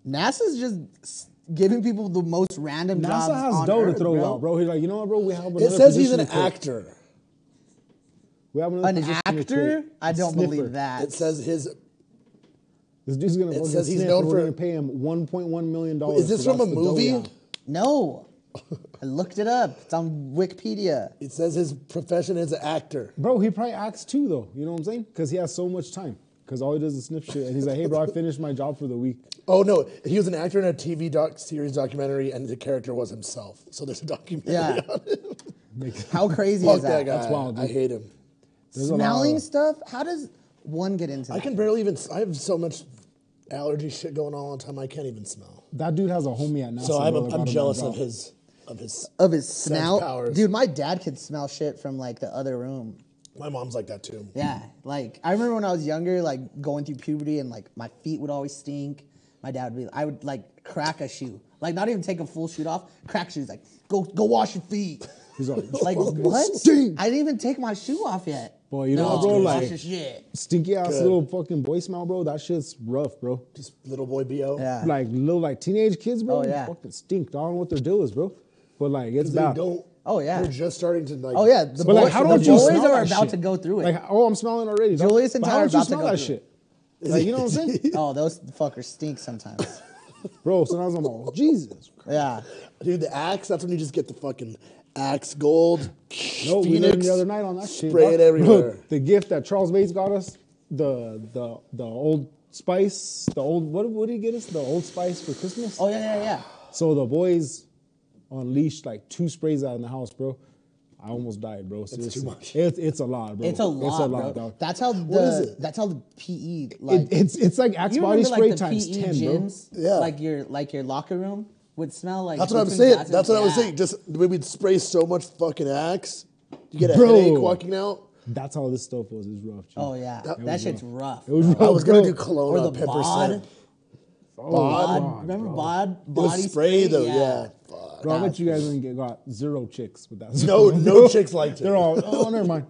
NASA's just s- giving people the most random jobs
NASA has
on
dough
Earth,
to throw
bro.
out, bro. He's like, you know what, bro? We have another.
It says he's
position
an
to create.
actor.
We have another
An
position to
actor?
create.
I don't
Sniffer.
believe that.
It says his.
This dude's gonna.
It
fucking
says he's
sniff
known
and
for-
We're gonna pay him 1.1 million dollars.
Is this
for
from a
that's the dough
movie?
round.
no. I looked it up. It's on Wikipedia.
It says his profession is an actor.
Bro, he probably acts too, though. You know what I'm saying? Because he has so much time. Because all he does is sniff shit, and he's like, "Hey, bro, I finished my job for the week."
Oh no, he was an actor in a TV doc series documentary, and the character was himself. So there's a documentary.
Yeah.
on it.
How crazy
Fuck
is that?
that guy.
That's wild,
I
dude.
hate him.
a lot
Smelling
of-
stuff? How does one get into
I
that?
can barely even. I have so much allergy shit going on all the time. I can't even smell.
That dude has a homie at NASA.
So I'm,
bro, that got
I'm
him a
jealous
job.
of his of his.
of his
Sense
snout.
powers.
Dude, my dad could smell shit from like the other room.
My mom's like that too.
Yeah, like I remember when I was younger, like going through puberty, and like my feet would always stink. My dad would be, I would like crack a shoe, like not even take a full shoe off, crack shoes, like go go wash your feet.
He's like,
Like what?
Stink.
I didn't even take my shoe off yet.
Boy, you know
No,
what, bro?
wash
Like-
your shit.
stinky ass
Good.
little fucking voicemail, bro. That shit's rough, bro.
Just little boy bo.
Yeah.
Like little like teenage kids, bro.
Oh, yeah.
Fucking stink. I don't know what their deal is, bro. But like it's
They
bad.
don't.
Oh, yeah.
They're just starting to like.
Oh yeah, the
but like,
boys,
how
the
don't you
boys
smell
are
that
about
shit?
to go through it.
Like, oh, I'm smelling already. dog.
Julius and
But
Ty are
how don't you
about to
smell
go
that
through
shit? Like, you know what I'm saying,
oh, those fuckers stink sometimes.
bro? Sometimes I'm like, oh, Jesus. Christ.
yeah.
Dude, the axe. That's when you just get the fucking axe gold.
No, we learned
Phoenix.
the other night on that shit.
spray
dog.
it everywhere.
Bro, the gift that Charles Bates got us, the the the old spice, the old what what did he get us? The old spice for Christmas.
Oh yeah, yeah, yeah.
So the boys unleashed like two sprays out in the house, bro. I almost died, bro. Seriously.
much.
It's, it's a lot, bro.
It's a lot, bro.
dog.
That's how the
is it?
that's how the PE like
It- it's it's like Axe
You
body
remember
spray
like the
times
PE
ten,
gyms,
Yeah.
like your like your locker room would smell like.
That's what I'm
liquid
saying.
gases.
That's what I was
Yeah.
saying. Just we would spray so much fucking axe. You get a
Bro.
headache walking out.
bro. That's how this stuff was. It's rough. G.
Oh yeah, that,
was
shit's rough.
It was rough.
I was gonna
bro.
do cologne
Or
on
the
pepper
bod.
scent.
Oh,
bod,
God,
remember
bro.
bod
It was
body
spray though. Yeah. Fuck.
Bro, I bet you guys didn't get got zero chicks with that.
No,
smell,
no
bro.
chicks liked it.
They're all. Oh, never mind.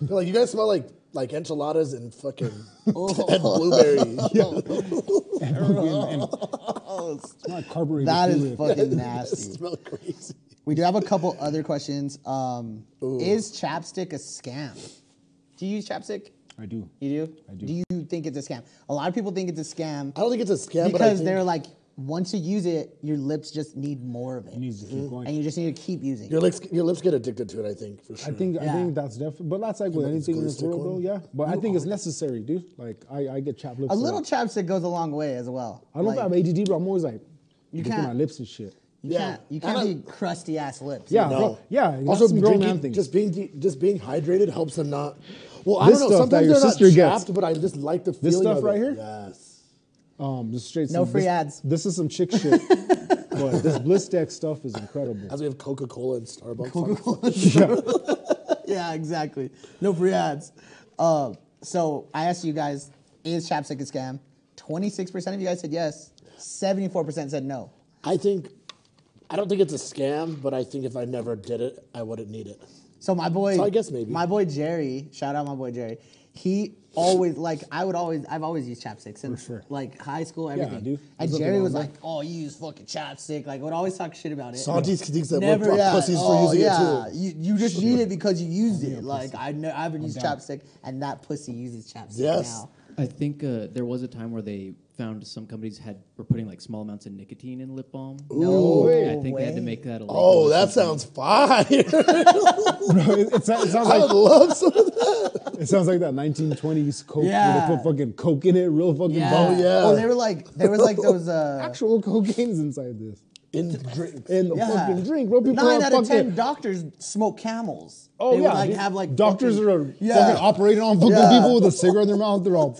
They're like you guys smell like like enchiladas and fucking
Oh.
and blueberry.
and, and it's not carbureted.
That
fluid.
is fucking
It
nasty.
smell crazy.
We do have a couple other questions. Um, is chapstick a scam? Do you use chapstick?
I do.
You do.
I do.
Do you think it's a scam? A lot of people think it's a scam
I don't think it's a scam, but I
because
think
they're like, once you use it, your lips just need more of it, Mm-hmm.
It needs to keep going.
and you just need to keep using.
your
it.
lips your lips get addicted to it. I think for sure.
I think I
Yeah.
think that's definitely, but that's like with
like
anything in this
glue stick
world, though.
one?
Yeah, but I think it's necessary, dude. Like I, I get chapped lips.
A little
lot.
chapstick goes a long way as well.
I don't know
Like,
if I have ADD, but I'm always like,
You
looking at
can't-
my lips and shit.
You
Yeah.
can't. You
And
can't
I-
be crusty ass lips.
Yeah,
No.
bro. Yeah.
Also,
Also, grown man
drinking,
things.
just being de- just being hydrated helps them not. Well,
This
I don't
stuff
know.
that
Sometimes
your
they're not
sister gets.
chapped, but I just like the feeling
This stuff
of
right
it.
here?
Yes.
um, just straight.
No
some
free
Bliss-
ads.
This is some chick shit. but this Bliss Deck stuff is incredible.
As we have Coca Cola and Starbucks.
yeah.
yeah, exactly. No free ads. Um, so I asked you guys, is chapstick a scam? Twenty-six percent of you guys said yes. Seventy-four percent said no.
I think, I don't think it's a scam, but I think if I never did it, I wouldn't need it.
So my boy,
So I guess maybe.
my boy Jerry, shout out my boy Jerry. He always like I would always I've always used chapstick since
sure.
like high school everything. And
dude. There's nothing
Jerry
wrong
was
with
like, "Oh, you use fucking chapstick." Like would always talk shit about it.
Santis critiques that
Never,
we're
yeah.
pussies for
oh,
using
yeah.
it too.
You, you just need it because you used it. Like I ne- I haven't used chapstick, and that pussy uses chapstick
Yes.
now.
I think uh, there was a time where they found some companies had were putting like small amounts of nicotine in lip balm.
No
I think they had to
way.
make that illegal.
Oh,
or
that
something.
sounds fire!
Bro, it, it, sounds- it sounds
I would
like
love some of that.
it sounds like that 1920s coke
Yeah.
where they put fucking coke in it, real fucking
Yeah.
bubble.
Oh, yeah.
Oh, they were like there was like those uh
Actual cocaine's inside this.
In drink.
In the
yeah.
fucking drink, bro. People
Nine
are
out of
fucking-
ten doctors smoke camels.
Oh
they would,
yeah,
like
dude.
have like
doctors
fucking-
are
yeah.
fucking operating on fucking
Yeah.
people with a cigarette in their mouth. They're all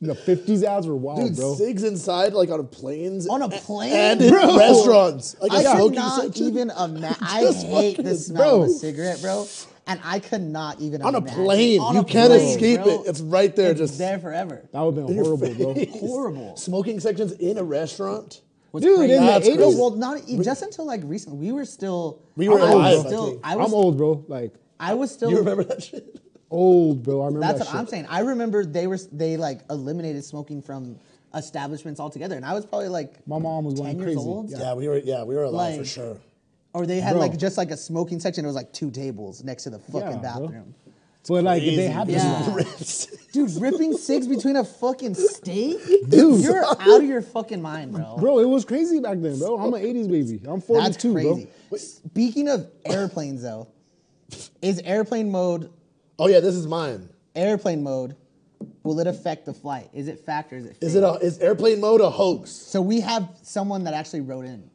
The 50s ads were wild,
Dude,
bro.
cigs inside, like on planes.
On a
a-
plane?
And in
Bro.
restaurants. Like
I
a
could
smoking
not
section.
even imagine. I
Just
hate
fucking-
the smell of a
bro.
cigarette, bro. And I could not even
On a
imagine.
plane.
On
You
a
can't
plane,
escape
bro.
it. It's right there,
It's
just-
there forever.
That would have been
Your
horrible, bro.
face.
Horrible.
Smoking sections in a restaurant.
What's
Dude, in the
That's
80s,
No,
crazy.
well, not e- just until like recently. We were still.
We were
I was
alive, I
Still,
think.
I
I'm
was.
old, bro. Like,
I was still.
You remember that shit?
old, bro. I remember
That's
that
what
shit.
I'm saying. I remember they were they like eliminated smoking from establishments altogether, and I was probably like
My mom was
10
going
years
crazy.
old,
Yeah, we were. Yeah, we were alive for
Like-
sure.
or they had
Bro.
like just like a smoking section. It was like two tables next to the fucking
Yeah, bro.
bathroom.
But like, they had this.
Yeah.
Rips.
Dude, ripping cigs between a fucking steak?
Dude.
You're out of your fucking mind, bro.
Bro, it was crazy back then, bro. I'm an 80s baby. I'm 42,
That's crazy.
bro.
Speaking of airplanes, though, is airplane mode
Oh yeah, this is mine.
airplane mode? Will it affect the flight? Is it fact or is it?
Is
fake?
it a is airplane mode a hoax?
So we have someone that actually wrote in.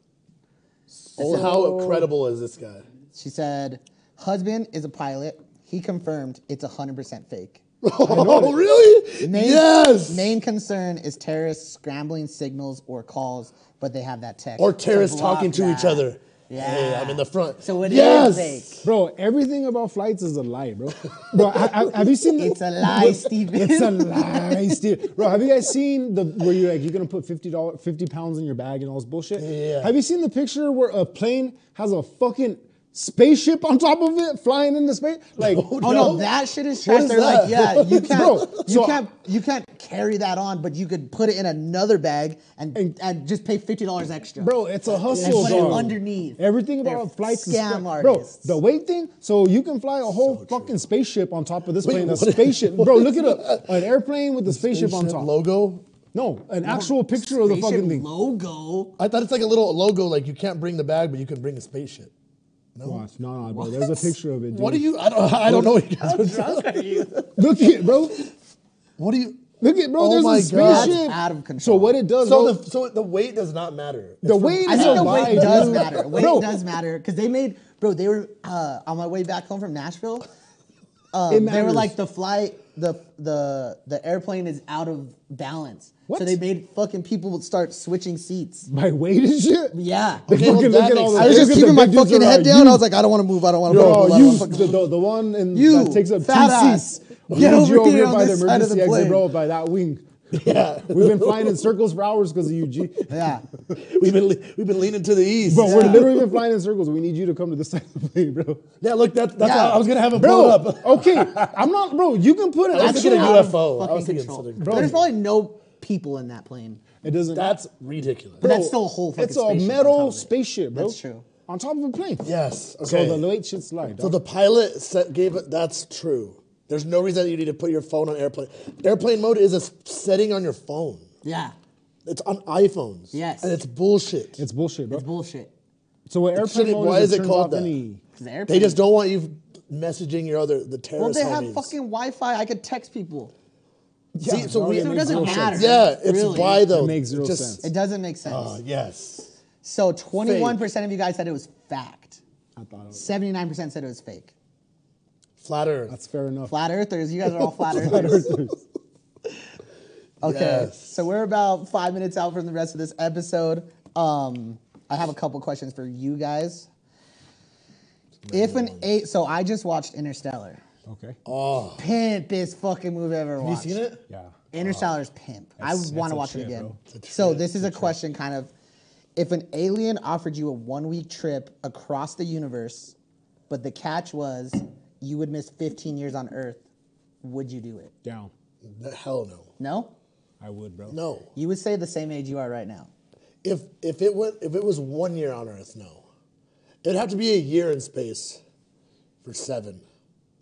Oh, how credible is this guy?
She said, "Husband is a pilot. He confirmed it's 100% fake."
Oh really?
Main,
yes.
Main concern is terrorists scrambling signals or calls, but they have that text.
or
to
terrorists
block
talking to
that.
each other.
Yeah.
Hey, I'm in the front.
So it is
yes!
fake.
Bro, everything about flights is a lie, bro. Bro, I, I, have you seen? the-
It's a lie, Steven.
It's a lie, Steve. Bro, have you guys seen the where you're like you're gonna put fifty dollars, fifty pounds in your bag and all this bullshit?
Yeah.
Have you seen the picture where a plane has a fucking spaceship on top of it flying into space? Like,
Oh no, that shit is trash.
is
They're
that?
like, yeah, you can't,
Bro,
you
so-
can't, you can't carry that on, but you could put it in another bag and and, just pay fifty dollars extra.
Bro, it's a
and
hustle,
put it
dog.
underneath.
Everything
They're
about flights is
scam
spe- Bro,
artists.
the weight thing, so you can fly a whole fucking spaceship on top of this
Wait,
plane. A
what is-
spaceship.
what
Bro,
is
look at
that?
a, an airplane with a spaceship on
Spaceship
top.
logo.
No, an actual picture of the
Spaceship
fucking thing.
logo.
I thought it's like a little logo, like you can't bring the bag, but you can bring a spaceship.
Watch, no, no, bro. There's a picture of it, dude.
What do you? I don't. I don't know. What, you guys are
Drunk are you?
Look at it, bro.
what do you?
Look at bro.
Oh
there's
my
a
God.
spaceship.
That's out of
So
control.
what it does,
So
bro,
the so the weight does not matter.
the weight
I
is
think
a
the
lie,
weight does
dude.
matter. Weight
bro,
does matter because they made bro. They were uh, on my way back home from Nashville. Um,
It
they were
matters.
like the flight, the the the airplane is out of balance.
What?
So they made fucking people start switching seats.
my weight and shit.
Yeah.
They
Okay, well,
fucking
that
look at
makes
all
sense.
the-
I was
look
just
at the
keeping my
big dudes
fucking
that are
head down.
you-
I was like, I don't want to move. I don't want to move. I
Bro,
don't
you,
wanna fucking
the,
move.
the, the one in,
You,
that takes up two
fat ass.
seats. We
Get
need
over
you over
here
here
on
by the
this side of
emergency
the
exit,
plane.
bro, by that wing.
Yeah,
We've been flying in circles for hours because of you, G.
Yeah.
we've been le- we've been leaning to the east.
Bro, we're literally been flying in circles. We need you to come to this side of the plane, bro.
yeah, look, that's that's
Yeah.
how I was gonna have it blown
Bro,
up. Oh,
okay. I'm not, bro, you can put
I
it.
was
That's
thinking a
out of
UFO. I
fucking
was thinking
control.
something
But There's probably no people in that plane.
It doesn't
That's ridiculous.
But that's still a whole fucking
It's a
spaceship on top
metal
of it.
spaceship, bro.
That's true.
On top of a plane.
yes.
So
Okay.
the late shit's light.
So the pilot set, gave it. That's true. There's no reason that you need to put your phone on airplane. Airplane mode is a s- setting on your phone.
Yeah.
It's on iPhones.
Yes.
And it's bullshit.
it's bullshit, bro.
It's bullshit.
so what
It shouldn't-
airplane mode
why is
is
it called
called
that?
Any,
'Cause the airplane-
They just don't want you messaging your other the
Well,
terrorist.
they have
homies.
fucking Wi-Fi. I could text people.
See, so
bro,
we,
it
So it doesn't
makes no
matter.
Yeah, it's
Really.
why though.
It makes zero
Just-
sense.
It doesn't make sense.
Oh, yes.
so 21% of you guys said it was fact.
I thought it was-
79% said it was fake.
Flat Earth.
that's fair enough.
Flat earthers. You guys are all flat
Flat
earthers.
earthers.
Okay.
Yes.
So we're about five minutes out from the rest of this episode. Um, I have a couple questions for you guys. If an eight, so I just watched Interstellar.
okay.
Pimpest fucking movie I've ever
Have you
watched.
seen it?
Yeah.
Interstellar's pimp. I
That's-
want
that's
to
a
watch it
trip,
again.
bro.
So this is a question, kind of, if an alien offered you a one-week trip across the universe, but the catch was you would miss 15 years on Earth, would you do it?
Down.
No, Hell no.
No,
I would, bro.
No.
you would say the same age you are right now.
If if it went if it was one year on Earth, no. It'd have to be a year in space for seven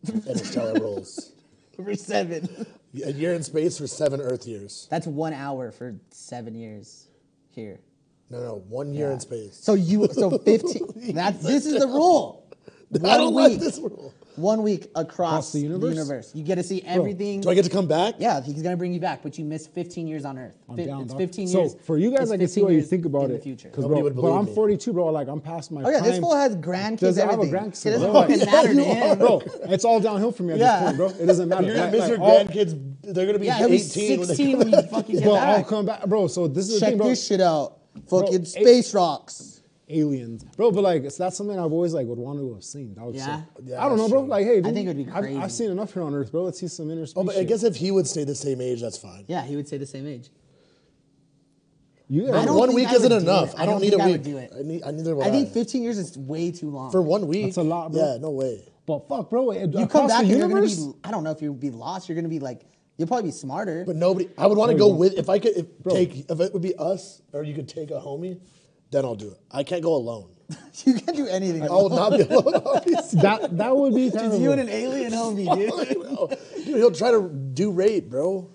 interstellar rolls.
For seven,
A year in space for seven Earth years.
that's one hour for seven years here.
No, no, one year in space.
So you, so 15. that's this is the rule.
I
One
don't like
week.
this rule.
One week across
Across the
the universe.
universe?
You get to see everything.
Do I get to come back?
Yeah, he's gonna bring you back, but you missed 15 years on Earth.
I'm
Fi-
down,
it's
dog.
15
so
years.
for you guys,
it's
I can see
15
what you
years
think about
in
it.
The future.
'Cause,
Nobody
bro,
would
but
believe
I'm
me.
42, bro. Like I'm past my.
Oh yeah, this
prime.
fool has grandkids.
Does it have a
everything.
grandson,
It doesn't
bro?
fucking
Yeah,
matter
you
to
are.
him.
bro, it's all downhill from me at
Yeah.
this point, bro. It doesn't matter.
You're gonna
Like-
miss
like
your
all-
grandkids' They're gonna be
Yeah, it was
18 when they
16 when you fucking get
Bro, I'll
back.
come back, bro. So this is the
Check
thing, bro.
this shit out.
Bro,
Fucking
eight-
space rocks.
aliens, bro. But like, it's not something I've always like would want to have seen. That would
Yeah?
suck.
Yeah,
I don't know,
that's
bro.
true.
Like, hey, dude,
think it would be
I've,
crazy.
I've seen enough here on Earth, bro. Let's see some interspace.
Oh, but I
shit.
guess if he would stay the same age, that's fine.
Yeah, he would say the same age.
you
I don't
One
think
week
I
isn't
would do
enough.
it.
I,
I
don't
don't
need
think
a
I
week.
would do it.
I need. I neither will
I think 15 years is way too long.
for one week.
That's a lot, bro.
Yeah, no way.
But fuck, bro. it-
you come
across
back and
the
you're gonna
universe.
be. I don't know if you'll be lost. You're gonna be like. You'll probably be smarter.
But nobody. I would want to go
won't.
with if I could if take if it would be us or you could take a homie, then I'll do it. I can't go alone.
you can do anything.
I will not be alone. Obviously.
that that would be kind
It's
of
you and an alien homie, dude.
Dude, he'll try to do rape, bro.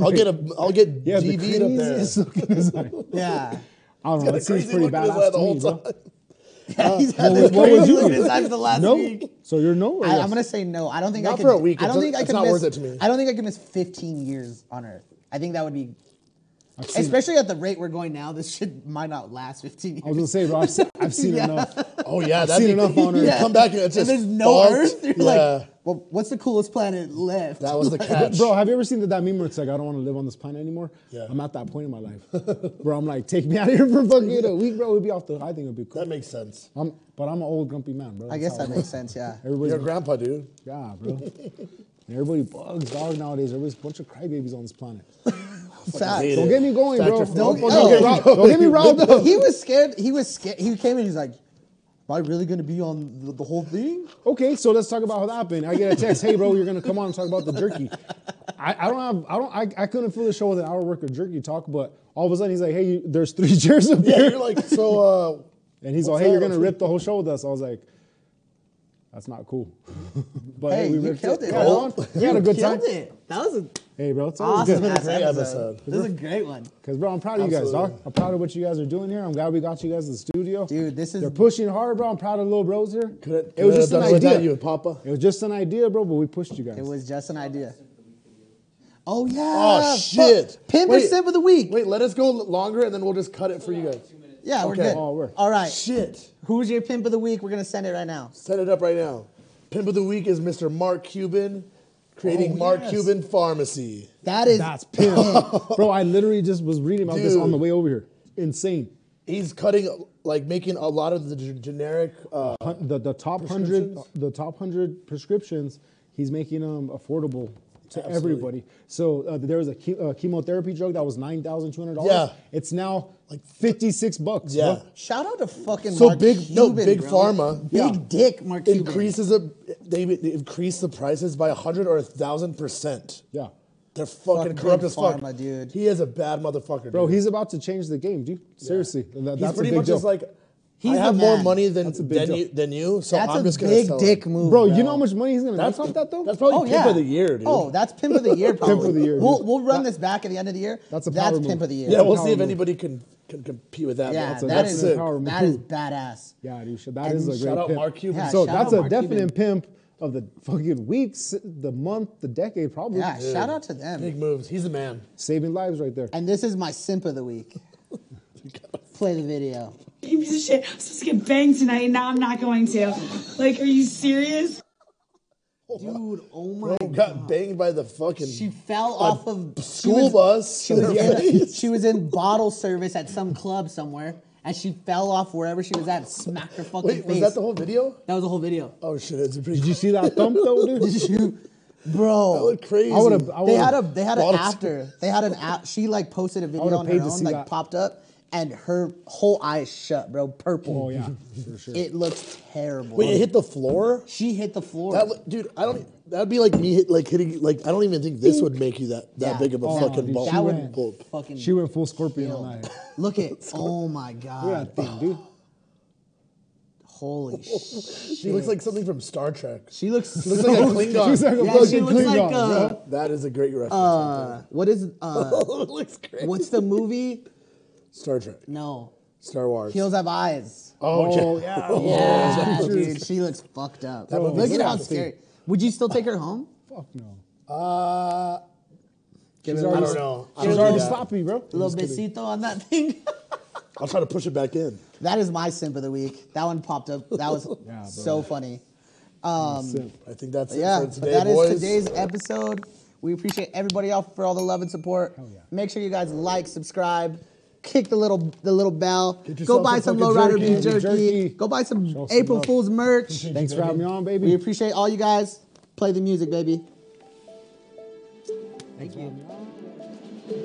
I'll get a. I'll get
yeah, the
DV'd up there.
craziest looking design.
yeah.
I don't know. That seems
Crazy
pretty
look at his
badass
eye
to
the
me,
whole
bro.
time.
He's had
Uh, What
this
would- what would you
crazy
do?
design for the last
No.
week.
So you're no. or
I,
yes?
I'm gonna say no. I don't think I
Not
could.
for a week.
I
It
don't think
doesn't-
I
it's
could
not
miss.
worth it to me.
I don't think I could miss 15 years on Earth. I think that would be,
seen it.
especially at the rate we're going now. This shit might not last 15 years.
I was gonna say, bro. I've seen, I've seen
Yeah.
enough.
Oh yeah, that's
seen enough on Earth.
Come back and it's just
there's no
fucked.
Earth. You're
yeah,
like, well, what's the coolest planet left?
that was the catch,
Bro, have you ever seen that, that meme where it's like, I don't want to live on this planet anymore?
Yeah.
I'm at that point in my life. bro, I'm like, take me out of here for fucking a week, bro. We'd be off the, I think it'd be cool.
That makes sense.
I'm, but I'm an old grumpy man, bro.
I
That's
guess
how
that
it
makes
is.
sense. Yeah.
Your
Everybody's,
grandpa, dude.
yeah, bro. And Everybody bugs dog nowadays. Everybody's a bunch of crybabies on this planet.
Fact.
hate
Don't
it.
get me going,
Fact
bro.
or
Don't,
fact?
don't,
Oh.
get me riled- don't get me riled up.
He was scared. He was scared. He came in. He's like, "Am I really gonna be on the, the whole thing?"
Okay, so let's talk about how that happened. I get a text, hey bro, you're gonna come on and talk about the jerky. I, I don't have I don't I, I couldn't fill the show with an hour worth of jerky talk, but all of a sudden he's like, hey, you, there's three chairs up
Yeah,
here.
you're like so. uh
And he's
What's
all, hey, you're
that?
gonna rip the whole show with us. I was like, that's not cool. but
Hey, you
ripped
killed it, bro.
Yeah, hold on. we had a good time.
Killed it. That was an
Hey, bro, it's always
awesome
good.
ass
great
episode.
episode.
This is a great one.
Because, bro, I'm proud of you guys, dog.
Absolutely.
I'm proud of what you guys are doing here. I'm glad we got you guys in the studio.
Dude, this is-
They're pushing hard, bro. I'm proud of little bros here.
Could
it was just an idea.
You, Papa.
It was just an idea, bro, but we pushed you guys.
It was just an idea. Oh yeah.
Oh
fuck.
shit!
Pimp or
Wait,
simp of the week.
Wait, let us go l- longer, and then we'll just cut it for you guys.
yeah, we're
okay.
good.
Oh, we're-
All right.
Shit!
Who's your pimp of the week? We're gonna send it right now.
Set it up right now. Pimp of the week is Mr. Mark Cuban, creating
Oh,
Mark
yes.
Cuban Pharmacy.
That is
That's pimp. bro, I literally just was reading about this on the
Dude.
way over here. Insane.
He's cutting, like, making a lot of the g- generic. Uh,
Hun- The, the top hundred, uh,
Prescriptions?
the top hundred prescriptions, he's making them affordable to
Absolutely.
everybody. So uh, there was a che- uh, chemotherapy drug that was nine thousand two hundred dollars.
Yeah.
it's now like fifty six bucks.
yeah,
bro.
shout out to fucking
So
Mark
big-
Cuban,
no, big
bro.
pharma.
big
Yeah.
dick Mark Cuban.
increases a, they, they increase the prices by a hundred or a thousand percent.
yeah,
They're fucking
Fuck
corrupt
Big
as fuck,
Pharma, dude.
He is a bad motherfucker,
bro,
dude.
he's about to change the game, dude. Seriously, Th- that's
he's
a
pretty
big
much
deal.
just like,
He's
I
the
have more
man.
money than
That's a big
than
deal.
you, than you, so
That's
I'm
a
just gonna
big
sell it.
dick move,
bro, you know how much money he's gonna
That's
make off that though.
That's probably
Oh
pimp
yeah.
of the year, dude.
Oh, that's pimp of the year. Probably.
of the year,
We'll,
dude.
we'll run this back at the end of the year.
That's a
that's
power move.
pimp of the year.
yeah, we'll
power
see if
move.
anybody can can compete with that.
yeah,
man.
a-
that
that's
is
an empower
that is
move.
badass.
yeah, dude, shit, that
And
is a great
shout out
pimp.
Mark Cuban.
Yeah,
so
shout
that's
out
a
Mark
definite pimp of the fucking weeks, the month, the decade, probably.
Yeah, shout out to them.
Big moves. He's the man.
saving lives right there.
And this is my simp of the week. Play the video.
You piece of shit. I'm supposed to get banged tonight, and now I'm not going to. Like, are you serious?
Dude, oh my
Bro got banged by the fucking
She fell off of
school
she was-
bus.
She was,
in her
in,
face.
she was in bottle service at some club somewhere, and she fell off wherever she was at, and smacked her fucking
Wait, was
face.
that the whole video?
That was the whole video.
Oh shit, it's pretty.
Did you see that thump though, dude?
Did you,
That
bro?
looked crazy.
I would have. I
They
would
had a
have.
they had an
Bottle
after. They had an app. She like posted a video
would've
on
paid
her
to
own,
see
like
that.
popped up, and her whole eye shut, bro, purple.
Oh yeah, for sure.
It looks terrible.
Wait, it hit the floor.
she hit the floor.
That, li- dude, I don't. e, That'd be like me hit, like hitting. Like I don't even think this would make you that that
Yeah.
big of a
Oh,
fucking
dude,
bulb.
that would
bulb.
fucking.
she went full scorpion
kill.
on that.
Look at, oh my
Look
god,
at that thing, dude.
holy shit.
She looks like something from Star Trek.
She looks
She looks like a
so.
Klingon.
She's like a
Yeah,
fucking
she looks like
Klingon,
a-
bro.
that is a great reference.
Uh, what is uh?
it looks crazy.
What's the movie?
Star Trek?
No,
Star Wars.
Heels Have Eyes.
Oh yeah.
Yeah,
Oh,
dude, she looks fucked up.
That movie
Look
was
at how
awesome.
scary. Would you still take her home?
Fuck no.
Uh,
She's
I
already,
don't know. I
she's
don't
already
do that.
sloppy, bro.
A little besito on that thing.
I'll try to push it back in.
that is my simp of the week. That one popped up. That was
Yeah, bro.
so funny.
Simp.
I think that's
Um, yeah, but
it for today,
that is
boys.
today's episode. We appreciate everybody else for all the love and support. Make sure you guys like, subscribe, kick the little the little bell. Go
yourself
buy some
some
Low
fucking
Rider
jerky,
beef jerky.
some jerky.
Go buy some
us some
April
love.
Fool's merch.
Thanks for having me on, baby.
We appreciate all you guys. Play the music, baby.
Thank you.